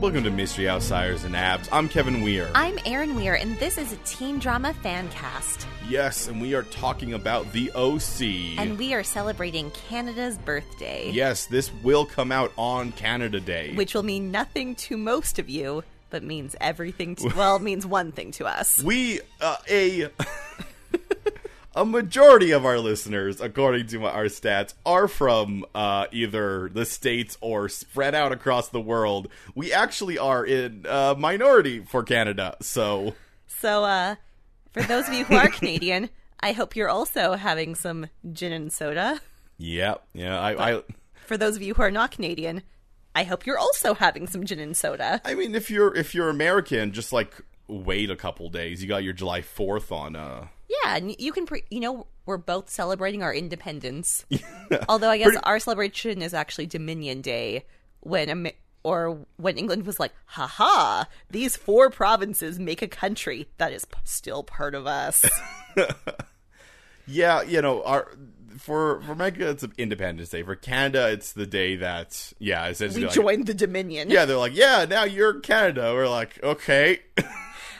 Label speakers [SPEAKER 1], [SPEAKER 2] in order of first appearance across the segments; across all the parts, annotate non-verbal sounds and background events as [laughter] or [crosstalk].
[SPEAKER 1] Welcome to Mystery Outsiders and Abs. I'm Kevin Weir.
[SPEAKER 2] I'm Erin Weir, and this is a teen drama fan cast.
[SPEAKER 1] yes, and we are talking about the OC.
[SPEAKER 2] And we are celebrating Canada's birthday,
[SPEAKER 1] yes, this will come out on Canada Day.
[SPEAKER 2] which will mean nothing to most of you, but means everything to, well, means one thing to us.
[SPEAKER 1] we uh, a [laughs] a majority of our listeners, according to our stats, are from uh, either the states or spread out across the world. We actually are in uh, minority for Canada, so
[SPEAKER 2] So, uh, for those of you who are Canadian, I hope you're also having some gin and soda.
[SPEAKER 1] yeah, yeah. I, I
[SPEAKER 2] For those of you who are not Canadian, I hope you're also having some gin and soda.
[SPEAKER 1] I mean, if you're if you're American, just like wait a couple days. You got your July Fourth on. uh
[SPEAKER 2] Yeah, and you can, pre- you know, we're both celebrating our
[SPEAKER 1] [laughs]
[SPEAKER 2] independence. Although I guess our celebration is actually Dominion Day when Am- or when England was like, "Ha ha, these four provinces make a country that is p- still part
[SPEAKER 1] [laughs]
[SPEAKER 2] of us."
[SPEAKER 1] Yeah, you know, our for for America, it's Independence Day. For Canada, it's the day that yeah, essentially
[SPEAKER 2] we
[SPEAKER 1] like-
[SPEAKER 2] joined the Dominion.
[SPEAKER 1] Yeah, they're like, yeah, now you're Canada. We're like, okay.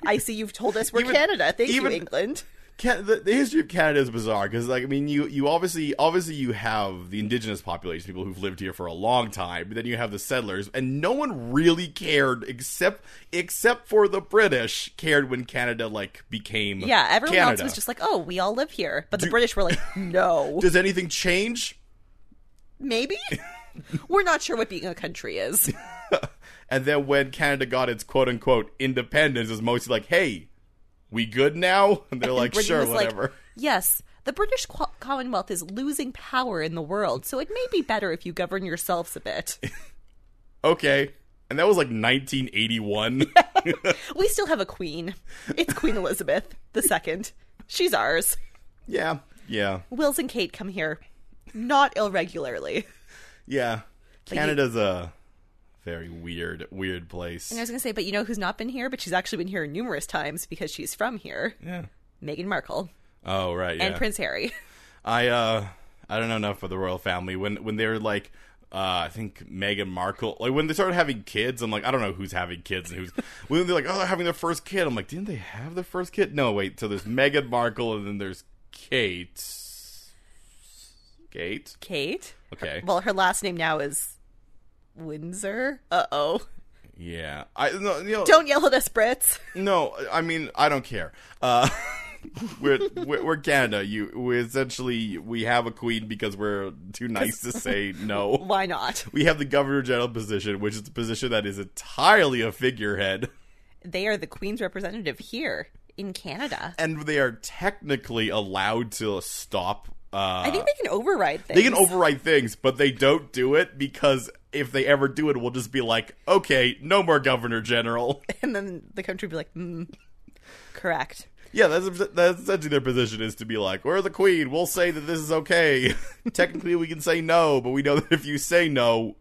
[SPEAKER 2] I see you've told us we're
[SPEAKER 1] Even-
[SPEAKER 2] Canada. Thank
[SPEAKER 1] even-
[SPEAKER 2] you,
[SPEAKER 1] [laughs]
[SPEAKER 2] England.
[SPEAKER 1] Can- the, the history of Canada is bizarre because, like, I mean, you you obviously obviously you have the indigenous population, people who've lived here for a long time, but then you have the settlers, and no one really cared except except for the British cared when Canada like became
[SPEAKER 2] Yeah, everyone else
[SPEAKER 1] Canada.
[SPEAKER 2] was just like, "Oh, we all live here," but the
[SPEAKER 1] [laughs]
[SPEAKER 2] British were like, "No,
[SPEAKER 1] does anything change? [laughs]
[SPEAKER 2] maybe." We're not sure what being a country is.
[SPEAKER 1] And then when Canada got its quote unquote independence, it was mostly like, hey, we good now? [laughs] And they're
[SPEAKER 2] [laughs]
[SPEAKER 1] like,
[SPEAKER 2] Britain
[SPEAKER 1] sure,
[SPEAKER 2] was like,
[SPEAKER 1] whatever.
[SPEAKER 2] yes, the British Qu- Commonwealth is losing power in the world, so it may be better if you govern yourselves
[SPEAKER 1] [laughs]
[SPEAKER 2] a bit.
[SPEAKER 1] okay. And that was like
[SPEAKER 2] [laughs]
[SPEAKER 1] 1981.
[SPEAKER 2] we still have a queen. It's Queen Elizabeth II. She's ours.
[SPEAKER 1] yeah. Yeah.
[SPEAKER 2] Wills and Kate come here, not
[SPEAKER 1] [laughs]
[SPEAKER 2] ill regularly.
[SPEAKER 1] Yeah.
[SPEAKER 2] you-
[SPEAKER 1] Canada's a very weird, weird place.
[SPEAKER 2] And I was going to say, but you know who's not been here? But she's actually been here numerous times because she's from here.
[SPEAKER 1] Yeah.
[SPEAKER 2] Meghan Markle
[SPEAKER 1] Oh, right. Yeah.
[SPEAKER 2] and Prince Harry. [laughs]
[SPEAKER 1] I uh I don't know enough for the royal family. When when they were like uh, I think Meghan Markle like when they started having kids, I'm like, I don't know who's having kids and who's [laughs] when they're like, Oh, they're having their first kid. I'm like, didn't they have their first kid? No, wait, so there's Meghan Markle and then there's Kate Kate?
[SPEAKER 2] Kate?
[SPEAKER 1] Okay.
[SPEAKER 2] Well, her last name now is Windsor. Uh oh.
[SPEAKER 1] Yeah. I no you know,
[SPEAKER 2] Don't yell at us, Brits.
[SPEAKER 1] No, I mean I don't care. Uh, [laughs] we're, we're we're Canada. You we essentially we have a queen because we're too nice to say no.
[SPEAKER 2] Why not?
[SPEAKER 1] We have the governor general position, which is a position that is entirely a figurehead,
[SPEAKER 2] they are the queen's representative here in Canada.
[SPEAKER 1] and they are technically allowed to stop. Uh,
[SPEAKER 2] I think they can override things.
[SPEAKER 1] they can override things, but they don't do it because if they ever do it, we'll just be like, okay, no more governor general.
[SPEAKER 2] [laughs] and then the country would be like, mm, correct.
[SPEAKER 1] Yeah, that's that's essentially their position is to be like, we're the queen. We'll say that this is [laughs] okay. Technically, we can say no, but we know that if you say no,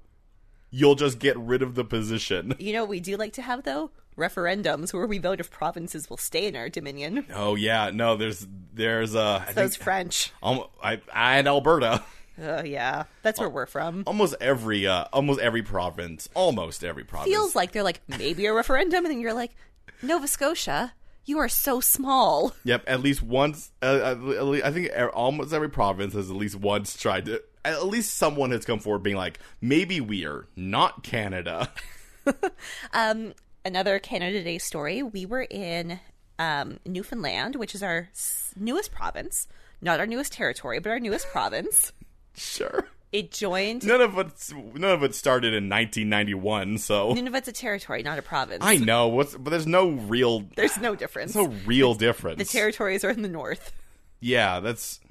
[SPEAKER 1] you'll just get rid of the position.
[SPEAKER 2] You know what we do like to have though? Referendums where we vote if provinces will stay in our dominion.
[SPEAKER 1] Oh yeah, no, there's there's uh, I
[SPEAKER 2] Those
[SPEAKER 1] think,
[SPEAKER 2] French.
[SPEAKER 1] um, I, I and Alberta, [laughs]
[SPEAKER 2] Oh yeah. That's where we're from.
[SPEAKER 1] almost every uh, almost every province, almost every province.
[SPEAKER 2] Feels like they're like, maybe a referendum, and then you're like, Nova Scotia, you are so small.
[SPEAKER 1] Yep, at least once. Uh, at le- I think e- almost every province has at least once tried to. At least someone has come forward being like, maybe we are not Canada. [laughs]
[SPEAKER 2] another Canada Day story. We were in um, Newfoundland, which is our s- newest province, not our newest territory, but our newest province.
[SPEAKER 1] sure.
[SPEAKER 2] It joined
[SPEAKER 1] None of it's none of it started in 1991, so
[SPEAKER 2] Nunavut's a territory, not a province.
[SPEAKER 1] I know what's, but there's no real, there's
[SPEAKER 2] There's no difference.
[SPEAKER 1] no real difference.
[SPEAKER 2] the territories are in the north.
[SPEAKER 1] yeah, that's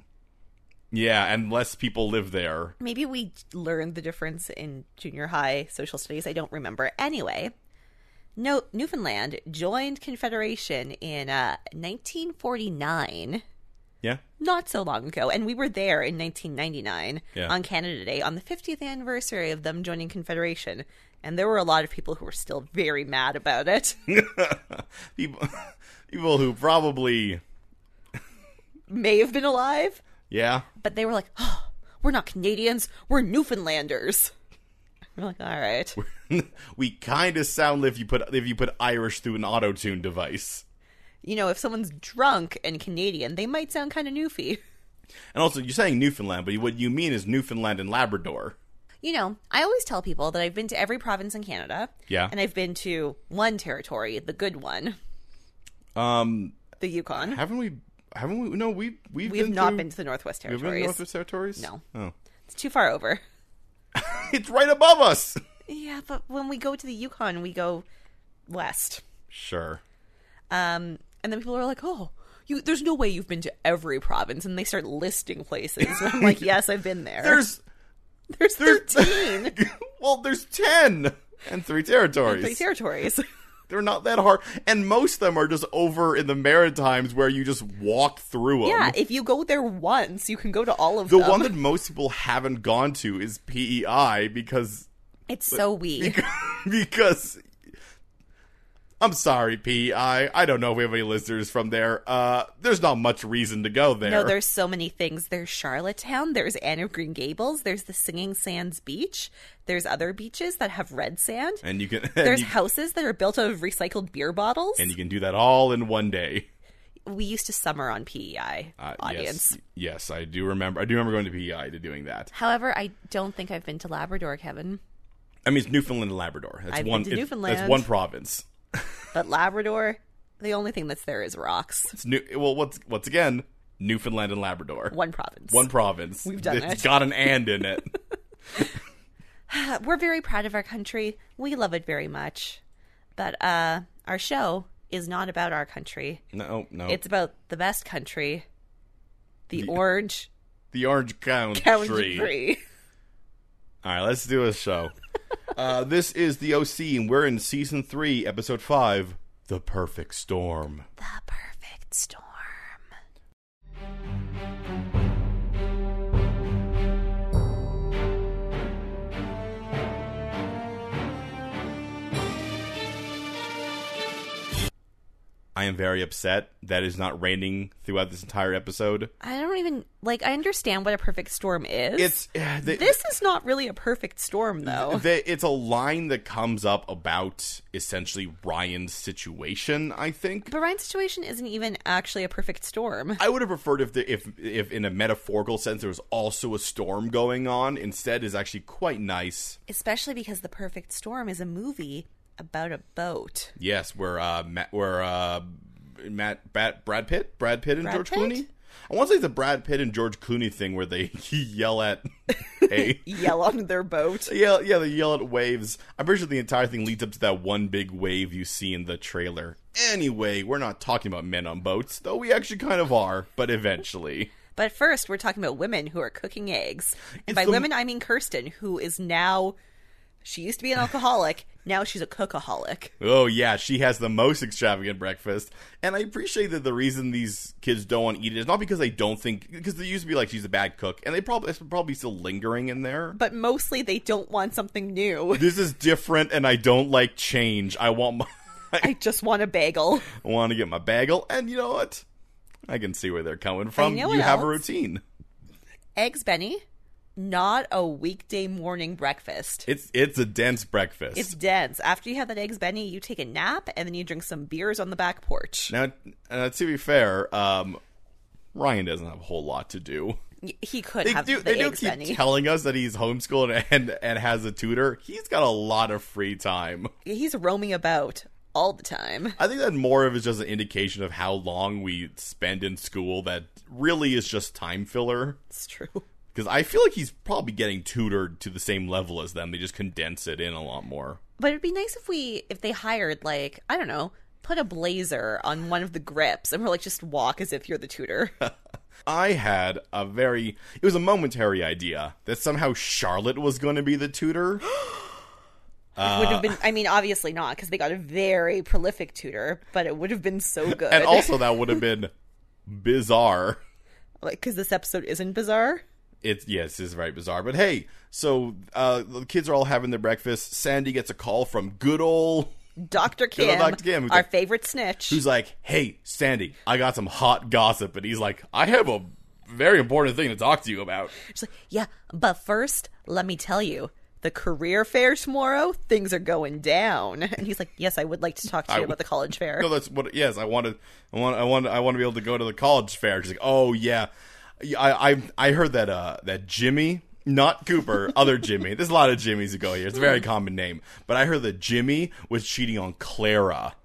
[SPEAKER 1] yeah, and less people live there.
[SPEAKER 2] Maybe we learned the difference in junior high social studies. I don't remember. Anyway, no, Newfoundland joined Confederation in uh, 1949.
[SPEAKER 1] Yeah,
[SPEAKER 2] not so long ago, and we were there in 1999
[SPEAKER 1] Yeah.
[SPEAKER 2] on Canada Day on the 50th anniversary of them joining Confederation, and there were a lot of people who were still very mad about it. [laughs]
[SPEAKER 1] people [laughs] people who probably
[SPEAKER 2] May have been alive,
[SPEAKER 1] yeah [laughs]
[SPEAKER 2] but they were like, oh, "We're not Canadians, we're Newfoundlanders." [laughs] I'm like, all right.
[SPEAKER 1] we kind of sound if you put if you put Irish through an auto tune device.
[SPEAKER 2] You know, if someone's drunk and Canadian, they might sound kind of newfie. [laughs]
[SPEAKER 1] And also, you're saying Newfoundland, but what you mean is Newfoundland and Labrador.
[SPEAKER 2] You know, I always tell people that I've been to every province in Canada.
[SPEAKER 1] Yeah.
[SPEAKER 2] And I've been to one territory, the good one,
[SPEAKER 1] Um,
[SPEAKER 2] the Yukon.
[SPEAKER 1] haven't we? Haven't we? No, we we've
[SPEAKER 2] We have
[SPEAKER 1] been
[SPEAKER 2] not
[SPEAKER 1] through-
[SPEAKER 2] been to the Northwest
[SPEAKER 1] We've been to
[SPEAKER 2] Territories.
[SPEAKER 1] Northwest Territories.
[SPEAKER 2] No.
[SPEAKER 1] Oh, [laughs]
[SPEAKER 2] It's too far over.
[SPEAKER 1] it's right above us.
[SPEAKER 2] Yeah, but when we go to the Yukon, we go west.
[SPEAKER 1] Sure.
[SPEAKER 2] Um, and then people are like, "Oh, you, there's no way you've been to every province," and they start listing places. And
[SPEAKER 1] [laughs]
[SPEAKER 2] I'm like, "Yes, I've been there.
[SPEAKER 1] There's [laughs]
[SPEAKER 2] there's,
[SPEAKER 1] there's-
[SPEAKER 2] [laughs] 13
[SPEAKER 1] well, there's ten and three territories.
[SPEAKER 2] three territories."
[SPEAKER 1] They're not that hard, and most of them are just over in the Maritimes where you just walk through them.
[SPEAKER 2] [laughs] yeah, um, if you go there once, you can go to all of
[SPEAKER 1] The
[SPEAKER 2] them.
[SPEAKER 1] one that most people haven't gone to is PEI because [laughs]
[SPEAKER 2] it's so weak.
[SPEAKER 1] because I'm sorry, PEI. I don't know if we have any listeners from there. Uh, there's not much reason to go there.
[SPEAKER 2] No, there's so many things. There's Charlottetown. There's Anne of Green Gables. There's the Singing Sands Beach. There's other beaches that have red sand.
[SPEAKER 1] and you can [laughs] and
[SPEAKER 2] There's
[SPEAKER 1] you,
[SPEAKER 2] houses that are built out of recycled beer bottles.
[SPEAKER 1] and you can do that all in one day.
[SPEAKER 2] we used to summer on PEI
[SPEAKER 1] Uh,
[SPEAKER 2] audience.
[SPEAKER 1] Yes, yes, I do remember. I do remember going to PEI to doing that.
[SPEAKER 2] However, I don't think I've been to Labrador, Kevin.
[SPEAKER 1] I mean, it's Newfoundland and Labrador. That's
[SPEAKER 2] I've been
[SPEAKER 1] one.
[SPEAKER 2] to
[SPEAKER 1] it's- That's
[SPEAKER 2] Newfoundland.
[SPEAKER 1] one province.
[SPEAKER 2] But Labrador, the only thing that's there is rocks.
[SPEAKER 1] It's new. Well, once once again, Newfoundland and Labrador.
[SPEAKER 2] One province.
[SPEAKER 1] One province. We've
[SPEAKER 2] done
[SPEAKER 1] It's
[SPEAKER 2] it.
[SPEAKER 1] got an and in
[SPEAKER 2] [laughs]
[SPEAKER 1] it.
[SPEAKER 2] Uh, We're very proud of our country. We love it very much. But uh, our show is not about our country.
[SPEAKER 1] No, no.
[SPEAKER 2] It's about the best country, the, orange
[SPEAKER 1] the Orange County.
[SPEAKER 2] country.
[SPEAKER 1] All right, let's do a show. uh, this is the OC, and we're in season three, episode five, "The Perfect Storm."
[SPEAKER 2] [laughs] The perfect storm.
[SPEAKER 1] I am very upset that it's not raining throughout this entire episode.
[SPEAKER 2] I don't even like. I understand what a perfect storm is.
[SPEAKER 1] It's eh, they,
[SPEAKER 2] this is not really a perfect storm, though.
[SPEAKER 1] they- it's a line that comes up about essentially Ryan's situation. I think
[SPEAKER 2] But Ryan's situation isn't even actually a perfect storm.
[SPEAKER 1] I would have preferred if the, if if in a metaphorical sense there was also a storm going on. Instead, is actually quite nice.
[SPEAKER 2] Especially because The Perfect Storm is a movie about a boat.
[SPEAKER 1] Yes, where uh, Matt, where uh, Matt, Bat, Brad Pitt, Brad Pitt and
[SPEAKER 2] Brad
[SPEAKER 1] George
[SPEAKER 2] Pitt?
[SPEAKER 1] Clooney. I want to say the Brad Pitt and George Clooney thing where they [laughs] yell
[SPEAKER 2] [laughs]
[SPEAKER 1] at, hey,
[SPEAKER 2] Yell on their boat.
[SPEAKER 1] yeah, yeah, they yell at waves. I'm pretty sure the entire thing leads up to that one big wave you see in the trailer. Anyway, we're not talking about men on boats, though we actually kind of are, but eventually.
[SPEAKER 2] But first, we're talking about women who are cooking eggs. And by
[SPEAKER 1] the-
[SPEAKER 2] women, I mean Kirsten, who is now. She used to be an alcoholic. now she's a cookaholic.
[SPEAKER 1] Oh yeah, she has the most extravagant breakfast, and I appreciate that the reason these kids don't want to eat it is not because they don't think because they used to be like she's a bad cook, and they probably it's probably still lingering in there.
[SPEAKER 2] But mostly, they don't want something new. [laughs]
[SPEAKER 1] This is different, and I don't like change. I want my [laughs] I
[SPEAKER 2] I just want a bagel.
[SPEAKER 1] want to get my bagel, and you know what? I can see where they're coming from.
[SPEAKER 2] know
[SPEAKER 1] You
[SPEAKER 2] what
[SPEAKER 1] have a
[SPEAKER 2] else.
[SPEAKER 1] routine.
[SPEAKER 2] Eggs, Benny. Not a weekday morning breakfast.
[SPEAKER 1] It's it's a dense breakfast.
[SPEAKER 2] It's dense. After you have that eggs Benny, you take a nap and then you drink some beers on the back porch.
[SPEAKER 1] now, uh, to be fair, um, Ryan doesn't have a whole lot to do.
[SPEAKER 2] Y- He could
[SPEAKER 1] They
[SPEAKER 2] have
[SPEAKER 1] do.
[SPEAKER 2] the
[SPEAKER 1] They do
[SPEAKER 2] eggs
[SPEAKER 1] keep
[SPEAKER 2] [laughs] Benny.
[SPEAKER 1] telling us that he's homeschooled and and has a tutor. He's got a lot of free time.
[SPEAKER 2] He's roaming about all the time.
[SPEAKER 1] I think that more of is just an indication of how long we spend in school. That really is just time filler.
[SPEAKER 2] It's true.
[SPEAKER 1] Because I feel like he's probably getting tutored to the same level as them. They just condense it in a lot more.
[SPEAKER 2] But it'd be nice if we if they hired like I don't know, put a blazer on one of the grips and we're like just walk as if you're the tutor. [laughs]
[SPEAKER 1] I had a very it was a momentary idea that somehow Charlotte was going to be the tutor.
[SPEAKER 2] [gasps] would have been. I mean, obviously not because they got a very prolific tutor, but it would have been so good.
[SPEAKER 1] And
[SPEAKER 2] [laughs]
[SPEAKER 1] also that would have been bizarre.
[SPEAKER 2] because this episode isn't bizarre.
[SPEAKER 1] It's yes, this is very bizarre. But hey, so uh, the kids are all having their breakfast. Sandy gets a call from good old
[SPEAKER 2] Doctor
[SPEAKER 1] old
[SPEAKER 2] Kim,
[SPEAKER 1] Dr. Kim, who's
[SPEAKER 2] our
[SPEAKER 1] the-
[SPEAKER 2] favorite snitch.
[SPEAKER 1] who's like, "Hey, Sandy, I got some hot gossip." And he's like, "I have a very important thing to talk to you about."
[SPEAKER 2] She's like, yeah, but first, let me tell you, the career fair tomorrow? Things are going down." And he's like, "Yes, I would like to talk to you
[SPEAKER 1] I
[SPEAKER 2] about the college fair."
[SPEAKER 1] No, that's what. Yes, I wanted. I want. I want. I want to be able to go to the college fair. She's like, oh yeah, Yeah, I I, I heard that uh that Jimmy, not Cooper, other Jimmy. There's a lot of Jimmys who go here. It's a very common name, but I heard that Jimmy was cheating on Clara.
[SPEAKER 2] [laughs]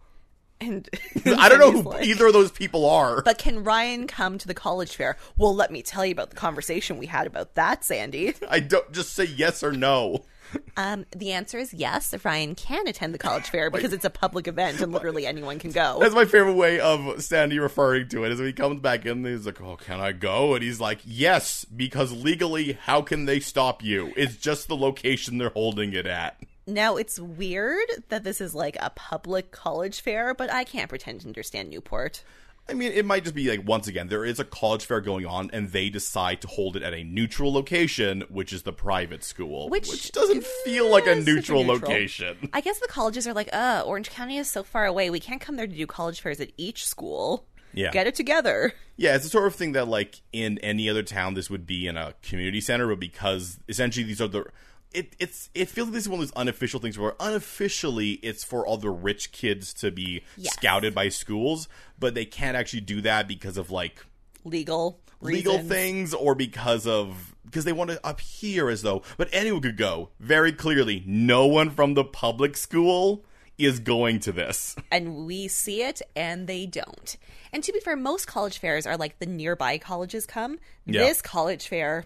[SPEAKER 2] And
[SPEAKER 1] I don't know
[SPEAKER 2] Jimmy's
[SPEAKER 1] who
[SPEAKER 2] like,
[SPEAKER 1] either of those people are.
[SPEAKER 2] But can Ryan come to the college fair? Well, let me tell you about the conversation we had about that, Sandy.
[SPEAKER 1] I don't just say yes or no.
[SPEAKER 2] [laughs] Um, the answer is yes. If Ryan can attend the college fair because it's a public event and literally anyone can go.
[SPEAKER 1] That's my favorite way of Sandy referring to it. Is when he comes back in, he's like, "Oh, can I go?" And he's like, "Yes," because legally, how can they stop you? It's just the location they're holding it at.
[SPEAKER 2] Now it's weird that this is like a public college fair, but I can't pretend to understand Newport.
[SPEAKER 1] I mean, it might just be like once again, there is a college fair going on, and they decide to hold it at a neutral location, which is the private school,
[SPEAKER 2] Which-
[SPEAKER 1] doesn't feel like a
[SPEAKER 2] it's super
[SPEAKER 1] neutral,
[SPEAKER 2] neutral.
[SPEAKER 1] location.
[SPEAKER 2] I guess the colleges are like, uh, Orange County is so far away. We can't come there to do college fairs at each school.
[SPEAKER 1] Yeah.
[SPEAKER 2] Get it together.
[SPEAKER 1] Yeah, it's the sort of thing that like in any other town, this would be in a community center, but because essentially these are the it it's it feels like this is one of those unofficial things where unofficially it's for all the rich kids to be
[SPEAKER 2] Yes.
[SPEAKER 1] scouted by schools, but they can't actually do that because of like
[SPEAKER 2] Legal.
[SPEAKER 1] legal
[SPEAKER 2] reasons.
[SPEAKER 1] things or because of because they want it up here as though but anyone could go very clearly no one from the public school is going to this [laughs]
[SPEAKER 2] and we see it and they don't. And to be fair, most college fairs are like the nearby colleges come.
[SPEAKER 1] Yeah.
[SPEAKER 2] This college fair,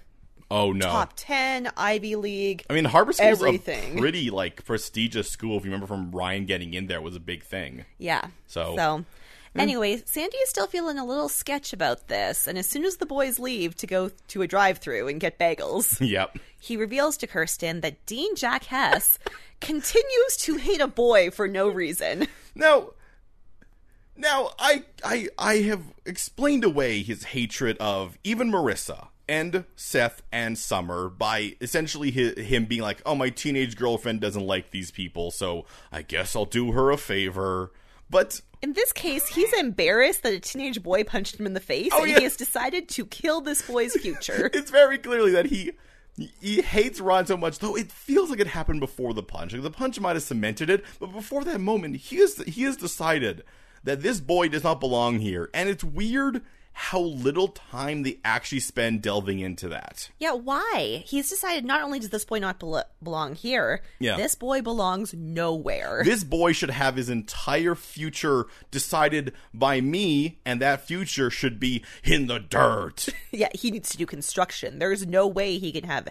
[SPEAKER 1] oh no
[SPEAKER 2] top 10, Ivy League.
[SPEAKER 1] i mean harbor school is a
[SPEAKER 2] Everything.
[SPEAKER 1] pretty like prestigious school if you remember from ryan getting in there was a big thing [laughs]
[SPEAKER 2] Yeah.
[SPEAKER 1] So- Mm.
[SPEAKER 2] So. Anyway, Sandy is still feeling a little sketch about this, and as soon as the boys leave to go to a drive-through and get bagels,
[SPEAKER 1] yep
[SPEAKER 2] he reveals to Kirsten that Dean Jack
[SPEAKER 1] [laughs]
[SPEAKER 2] Hess continues to hate a boy for no reason.
[SPEAKER 1] now now i i i have explained away his hatred of even marissa and Seth and Summer by essentially hi him being like, "Oh, my teenage girlfriend doesn't like these people, so I guess I'll do her a favor." But
[SPEAKER 2] In this case, he's embarrassed that a teenage boy punched him in the face, and
[SPEAKER 1] Oh, yeah.
[SPEAKER 2] he has decided to kill this boy's future.
[SPEAKER 1] it's very clearly that he he hates Ron so much, though it feels like it happened before the punch. Like the punch might have cemented it, but before that moment, he has he has decided that this boy does not belong here, and it's weird how little time they actually spend delving into that.
[SPEAKER 2] yeah, why? He's decided not only does this boy not belo- belong here,
[SPEAKER 1] Yeah.
[SPEAKER 2] this boy belongs nowhere.
[SPEAKER 1] This boy should have his entire future decided by me, and that future should be in the dirt. [laughs]
[SPEAKER 2] [laughs] yeah, he needs to do construction. There's no way he can have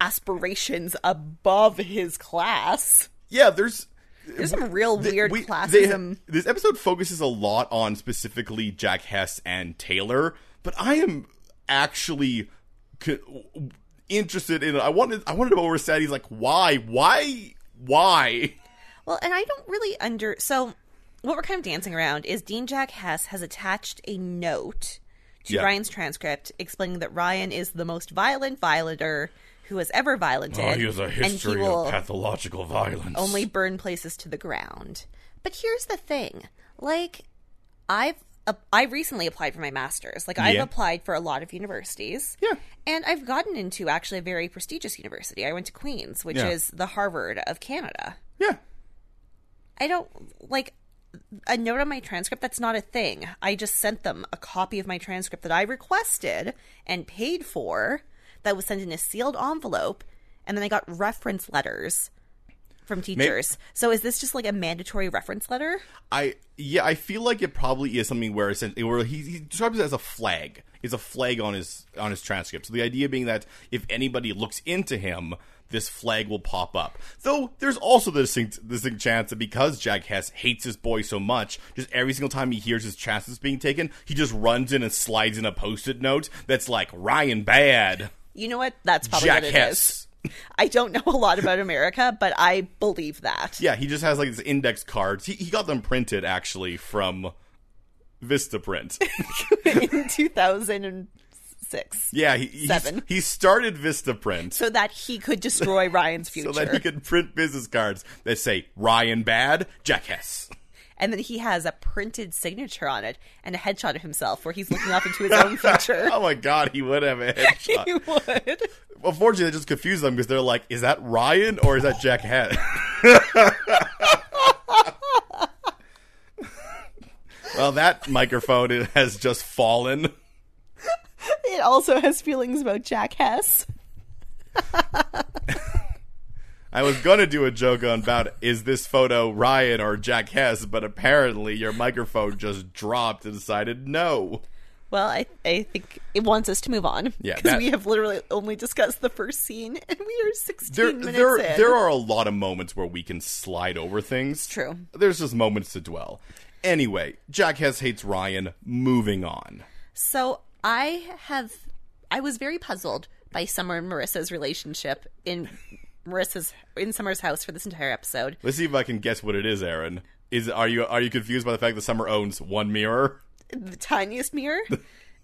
[SPEAKER 2] aspirations above his class.
[SPEAKER 1] yeah, there's
[SPEAKER 2] There's some real
[SPEAKER 1] Th-
[SPEAKER 2] weird
[SPEAKER 1] we- they have-
[SPEAKER 2] classism.
[SPEAKER 1] this episode focuses a lot on specifically Jack Hess and Taylor, but I am actually c- interested in. I wanted. I wanted to know where Sadie's like, why, why, why?
[SPEAKER 2] Well, and I don't really under so what we're kind of dancing around is Dean Jack Hess has attached a note to
[SPEAKER 1] Yeah.
[SPEAKER 2] Ryan's transcript explaining that Ryan is the most violent violator who has
[SPEAKER 1] Oh,
[SPEAKER 2] ever violented. and he will
[SPEAKER 1] pathological violence.
[SPEAKER 2] only burn places to the ground. But here's the thing. Like I've uh, I recently applied for my masters. Like I've
[SPEAKER 1] Yeah.
[SPEAKER 2] applied for a lot of universities.
[SPEAKER 1] Yeah.
[SPEAKER 2] And I've gotten into actually a very prestigious university. I went to Queen's, which
[SPEAKER 1] Yeah.
[SPEAKER 2] is the Harvard of Canada.
[SPEAKER 1] yeah.
[SPEAKER 2] I don't like a note on my transcript. That's not a thing. I just sent them a copy of my transcript that I requested and paid for. That was sent in a sealed envelope, and then I got reference letters from teachers. so is this just like a mandatory reference letter?
[SPEAKER 1] I yeah, I feel like it probably is something where essentially where he, he describes it as a flag. It's a flag on his on his transcript. So the idea being that if anybody looks into him, this flag will pop up. Though there's also the distinct, distinct chance that because Jack Hess hates his boy so much, just every single time he hears his chances being taken, he just runs in and slides in a post-it note that's like Ryan Bad,
[SPEAKER 2] You know what? That's probably
[SPEAKER 1] Jack
[SPEAKER 2] what it is.
[SPEAKER 1] Hess.
[SPEAKER 2] I don't know a lot about America, but I believe that.
[SPEAKER 1] Yeah, he just has like his index cards. He, he got them printed actually from Vistaprint.
[SPEAKER 2] [laughs] in 2006.
[SPEAKER 1] Yeah, he, he-
[SPEAKER 2] Seven.
[SPEAKER 1] He, started Vistaprint so,
[SPEAKER 2] So that he could destroy Ryan's future.
[SPEAKER 1] that he could print business cards that say Ryan Bad, Jack Hess.
[SPEAKER 2] And then he has a printed signature on it and a headshot of himself where he's looking off into his own future.
[SPEAKER 1] [laughs] Oh my god, [laughs] he would
[SPEAKER 2] [laughs]
[SPEAKER 1] have a headshot.
[SPEAKER 2] he would.
[SPEAKER 1] Unfortunately, that just confused them because they're like, "Is that Ryan or is that Jack Head?" [laughs] well, that microphone it has just fallen.
[SPEAKER 2] It also has feelings about Jack Hess.
[SPEAKER 1] I was gonna do a joke on about is this photo Ryan or Jack Hess, but apparently your microphone just dropped and decided no.
[SPEAKER 2] Well, I, I think it wants us to move on.
[SPEAKER 1] Yeah,
[SPEAKER 2] Because
[SPEAKER 1] that-
[SPEAKER 2] we have literally only discussed the first scene [laughs] and we are 16
[SPEAKER 1] There,
[SPEAKER 2] minutes
[SPEAKER 1] there,
[SPEAKER 2] in.
[SPEAKER 1] there are a lot of moments where we can slide over things.
[SPEAKER 2] True.
[SPEAKER 1] There's just moments to dwell. Anyway, Jack Hess hates Ryan. Moving on.
[SPEAKER 2] So I have, I was very puzzled by Summer and Marissa's relationship in Marissa's in Summer's house for this entire episode.
[SPEAKER 1] Let's see if I can guess what it is, Aaron. Is are you are you confused by the fact that Summer owns one mirror?
[SPEAKER 2] The tiniest
[SPEAKER 1] [laughs]
[SPEAKER 2] mirror,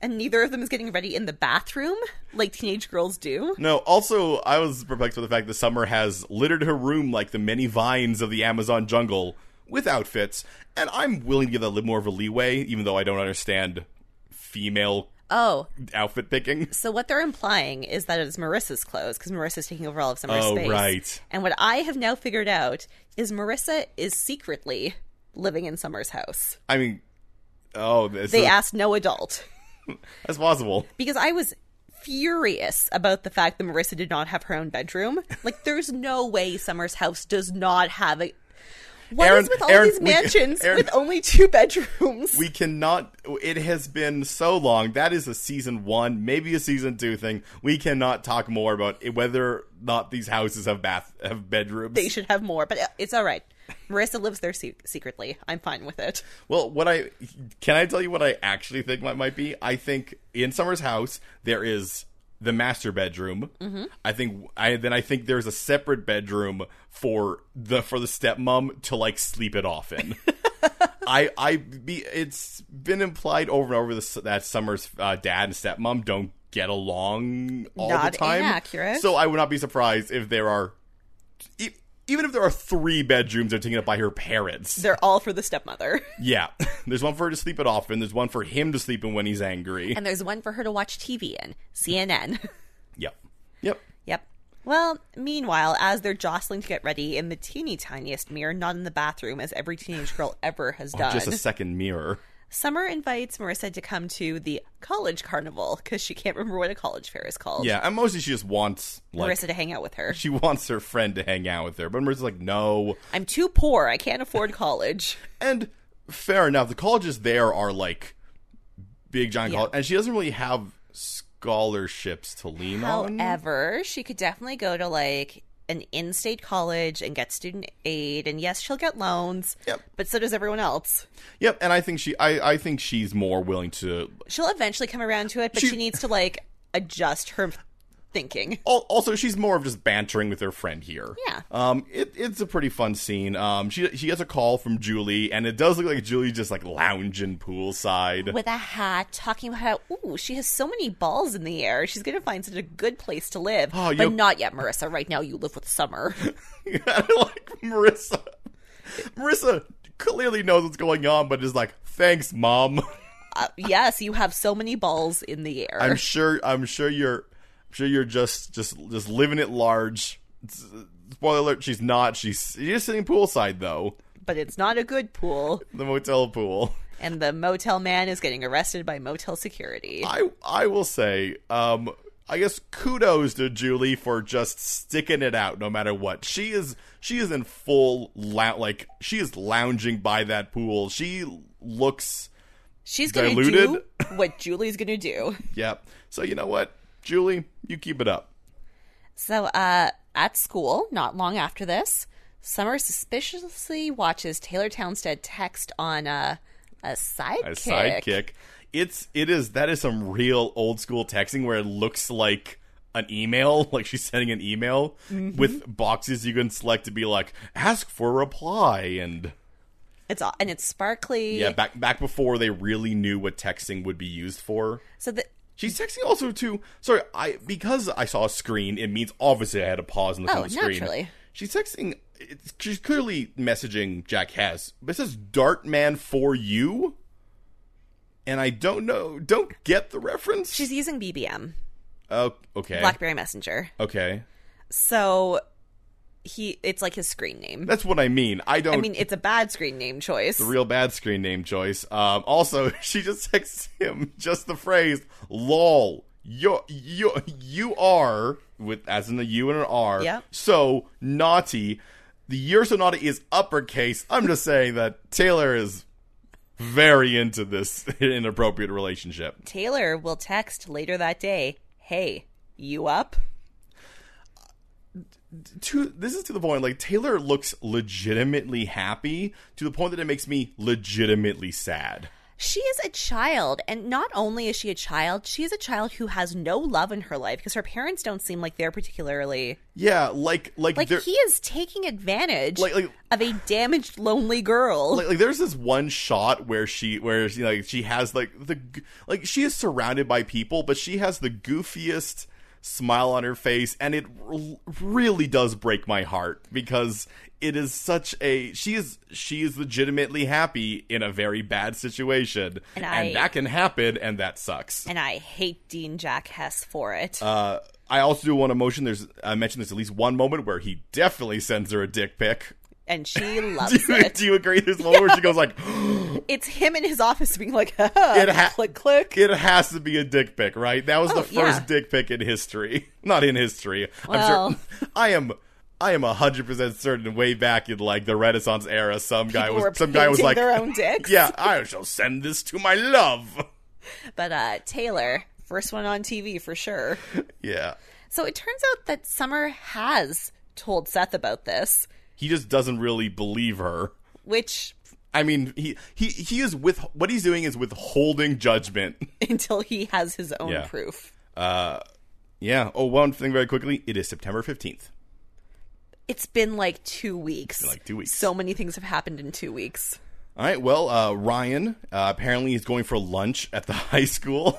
[SPEAKER 2] and neither of them is getting ready in the bathroom like teenage girls do.
[SPEAKER 1] No. Also, I was perplexed by the fact that Summer has littered her room like the many vines of the Amazon jungle with outfits, and I'm willing to give that a little more of a leeway, even though I don't understand female
[SPEAKER 2] Oh,
[SPEAKER 1] outfit picking.
[SPEAKER 2] so what they're implying is that it's Marissa's clothes because Marissa's taking over all of Summer's
[SPEAKER 1] Oh,
[SPEAKER 2] space.
[SPEAKER 1] right.
[SPEAKER 2] And what I have now figured out is Marissa is secretly living in Summer's house.
[SPEAKER 1] I mean, oh, this
[SPEAKER 2] They
[SPEAKER 1] is-
[SPEAKER 2] asked no adult.
[SPEAKER 1] that's possible.
[SPEAKER 2] because I was furious about the fact that Marissa did not have her own bedroom. Like, there's no way Summer's house does not have a. What is
[SPEAKER 1] Aaron-
[SPEAKER 2] with all
[SPEAKER 1] Aaron,
[SPEAKER 2] these
[SPEAKER 1] we-
[SPEAKER 2] mansions
[SPEAKER 1] Aaron-
[SPEAKER 2] with only two bedrooms?
[SPEAKER 1] We cannot. It has been so long. That is a season one, maybe a season two thing. We cannot talk more about it, whether or not these houses have bath have bedrooms.
[SPEAKER 2] they should have more, but it's all right. Marissa lives there se- secretly. I'm fine with it.
[SPEAKER 1] Well, what I can I tell you what I actually think might might be? I think in Summer's house there is the master bedroom. Mm-hmm. I think I then I think there's a separate bedroom for the for the stepmom to like sleep it off
[SPEAKER 2] [laughs]
[SPEAKER 1] in. I I be it's been implied over and over this, that Summer's uh, dad and stepmom don't get along all
[SPEAKER 2] Not
[SPEAKER 1] the time.
[SPEAKER 2] inaccurate.
[SPEAKER 1] So I would not be surprised if there are. e- Even if there are three bedrooms, they're taken up by her parents.
[SPEAKER 2] They're all for the stepmother.
[SPEAKER 1] Yeah. [laughs] There's one for her to sleep it off in. There's one for him to sleep in when he's angry.
[SPEAKER 2] And there's one for her to watch TV in [laughs] CNN.
[SPEAKER 1] Yep. Yep.
[SPEAKER 2] Yep. Well, meanwhile, as they're jostling to get ready in the teeny tiniest mirror, not in the bathroom, as every teenage girl ever has done,
[SPEAKER 1] Oh, Just a second mirror.
[SPEAKER 2] Summer invites Marissa to come to the college carnival because she can't remember what a college fair is called.
[SPEAKER 1] Yeah. And mostly she just wants, like,
[SPEAKER 2] Oh. Marissa to hang out with her.
[SPEAKER 1] she wants her friend to hang out with her. But Marissa's like, no.
[SPEAKER 2] I'm too poor. I
[SPEAKER 1] [laughs]
[SPEAKER 2] can't afford college.
[SPEAKER 1] And fair enough. The colleges there are, like, big giant college. And she doesn't really have scholarships to lean on.
[SPEAKER 2] However, she could definitely go to like an in state college and get student aid. And yes, she'll get loans,
[SPEAKER 1] Yep.
[SPEAKER 2] but so does everyone else.
[SPEAKER 1] Yep. And I think she, I, I think she's more willing to
[SPEAKER 2] She'll eventually come around to it, but
[SPEAKER 1] She-
[SPEAKER 2] she needs to like adjust her thinking.
[SPEAKER 1] Al- also she's more of just bantering with her friend here.
[SPEAKER 2] Yeah.
[SPEAKER 1] Um, it, it's a pretty fun scene. Um, she she gets a call from Julie, and it does look like Julie just like lounging poolside.
[SPEAKER 2] with a hat, talking about how ooh, she has so many balls in the air. She's gonna find such a good place to live.
[SPEAKER 1] Oh, you-
[SPEAKER 2] but not yet, Marissa. Right now, you live with
[SPEAKER 1] [laughs]
[SPEAKER 2] Summer.
[SPEAKER 1] [laughs] like Marissa, Marissa clearly knows what's going on, but is like, "Thanks, mom." [laughs]
[SPEAKER 2] uh, yes, you have so many balls in the air.
[SPEAKER 1] I'm sure. I'm sure you're. I'm sure you're just just just living it large. S- Spoiler alert: She's not. She's she's just sitting poolside though.
[SPEAKER 2] but it's not a good pool,
[SPEAKER 1] The motel pool. [laughs]
[SPEAKER 2] and the motel man is getting arrested by motel security.
[SPEAKER 1] I I will say, um, I guess kudos to Julie for just sticking it out no matter what. She is she is in full lou- like she is lounging by that pool. She looks
[SPEAKER 2] She's gonna
[SPEAKER 1] Diluted?
[SPEAKER 2] do what Julie's gonna do.
[SPEAKER 1] yeah. So you know what, Julie, you keep it up.
[SPEAKER 2] So, uh, at school, not long after this, Summer suspiciously watches Taylor Townstead text on uh, a sidekick.
[SPEAKER 1] A sidekick. It's it is that is some real old school texting where it looks like an email, [laughs] like she's sending an email with boxes you can select to be like ask for reply and
[SPEAKER 2] It's aw- and it's sparkly.
[SPEAKER 1] Yeah, back back before they really knew what texting would be used for.
[SPEAKER 2] So the
[SPEAKER 1] She's texting also too. Sorry, I because I saw a screen, it means obviously I had to pause and look
[SPEAKER 2] Oh,
[SPEAKER 1] on the screen.
[SPEAKER 2] naturally.
[SPEAKER 1] She's texting it's, she's clearly messaging Jack Hess, but it says Dart Man for you. And I don't know, don't get the reference.
[SPEAKER 2] She's using BBM,
[SPEAKER 1] oh, okay.
[SPEAKER 2] BlackBerry Messenger.
[SPEAKER 1] Okay.
[SPEAKER 2] So he, it's like his screen name.
[SPEAKER 1] That's what I mean. I don't.
[SPEAKER 2] I mean, it's a bad screen name choice.
[SPEAKER 1] real bad screen name choice. Um, also, [laughs] she just texts him just the phrase "lol." You you you are with as in a U and an R.
[SPEAKER 2] Yep.
[SPEAKER 1] So naughty. The you're so naughty is uppercase. I'm just saying that Taylor is very into this [laughs] inappropriate relationship.
[SPEAKER 2] Taylor will text later that day, "Hey, you up?"
[SPEAKER 1] to this is to the point like Taylor looks legitimately happy to the point that it makes me legitimately sad.
[SPEAKER 2] She is a child, and not only is she a child, she is a child who has no love in her life because her parents don't seem like they're particularly
[SPEAKER 1] Yeah, like like
[SPEAKER 2] like
[SPEAKER 1] there,
[SPEAKER 2] he is taking advantage
[SPEAKER 1] Like- like-
[SPEAKER 2] of a damaged, lonely girl.
[SPEAKER 1] like, like there's this one shot where she where she like she has like the g- like she is surrounded by people but she has the goofiest smile on her face and it r- really does break my heart because it is such a she is she is legitimately happy in a very bad situation
[SPEAKER 2] And I-
[SPEAKER 1] and that can happen and that sucks
[SPEAKER 2] and I hate Dean Jack Hess for it.
[SPEAKER 1] Uh, I also do want to motion. There's I mentioned there's at least one moment where he definitely sends her a dick pic. [laughs]
[SPEAKER 2] and she
[SPEAKER 1] Do
[SPEAKER 2] loves
[SPEAKER 1] you,
[SPEAKER 2] it.
[SPEAKER 1] do you agree? There's one where she goes
[SPEAKER 2] [laughs]
[SPEAKER 1] like,
[SPEAKER 2] It's him in his office being like, [laughs] it
[SPEAKER 1] ha-
[SPEAKER 2] click, click.
[SPEAKER 1] "It has to be a dick pic, right?" That was the
[SPEAKER 2] Oh,
[SPEAKER 1] first
[SPEAKER 2] yeah.
[SPEAKER 1] dick pic in history. [laughs] Not in history.
[SPEAKER 2] Well.
[SPEAKER 1] I'm sure. [laughs] I am. I am hundred percent certain. Way back in like the Renaissance era, some guy
[SPEAKER 2] People
[SPEAKER 1] was
[SPEAKER 2] were
[SPEAKER 1] some guy was
[SPEAKER 2] painting
[SPEAKER 1] like,
[SPEAKER 2] their own
[SPEAKER 1] [laughs]
[SPEAKER 2] dicks. [laughs]
[SPEAKER 1] "Yeah, I shall send this to my love." [laughs]
[SPEAKER 2] But uh, Taylor, first one on TV for sure.
[SPEAKER 1] Yeah,
[SPEAKER 2] So it turns out that Summer has told Seth about this,
[SPEAKER 1] he just doesn't really believe her.
[SPEAKER 2] which
[SPEAKER 1] I mean, he he he is with what he's doing is withholding judgment. [laughs]
[SPEAKER 2] [laughs] until he has his own
[SPEAKER 1] Yeah.
[SPEAKER 2] proof.
[SPEAKER 1] Yeah. Oh, one thing very quickly. It is September 15th.
[SPEAKER 2] It's been like two weeks.
[SPEAKER 1] like two weeks.
[SPEAKER 2] So many things have happened in two weeks.
[SPEAKER 1] All right. Well, uh, Ryan uh, apparently is going for lunch at the [laughs] high school.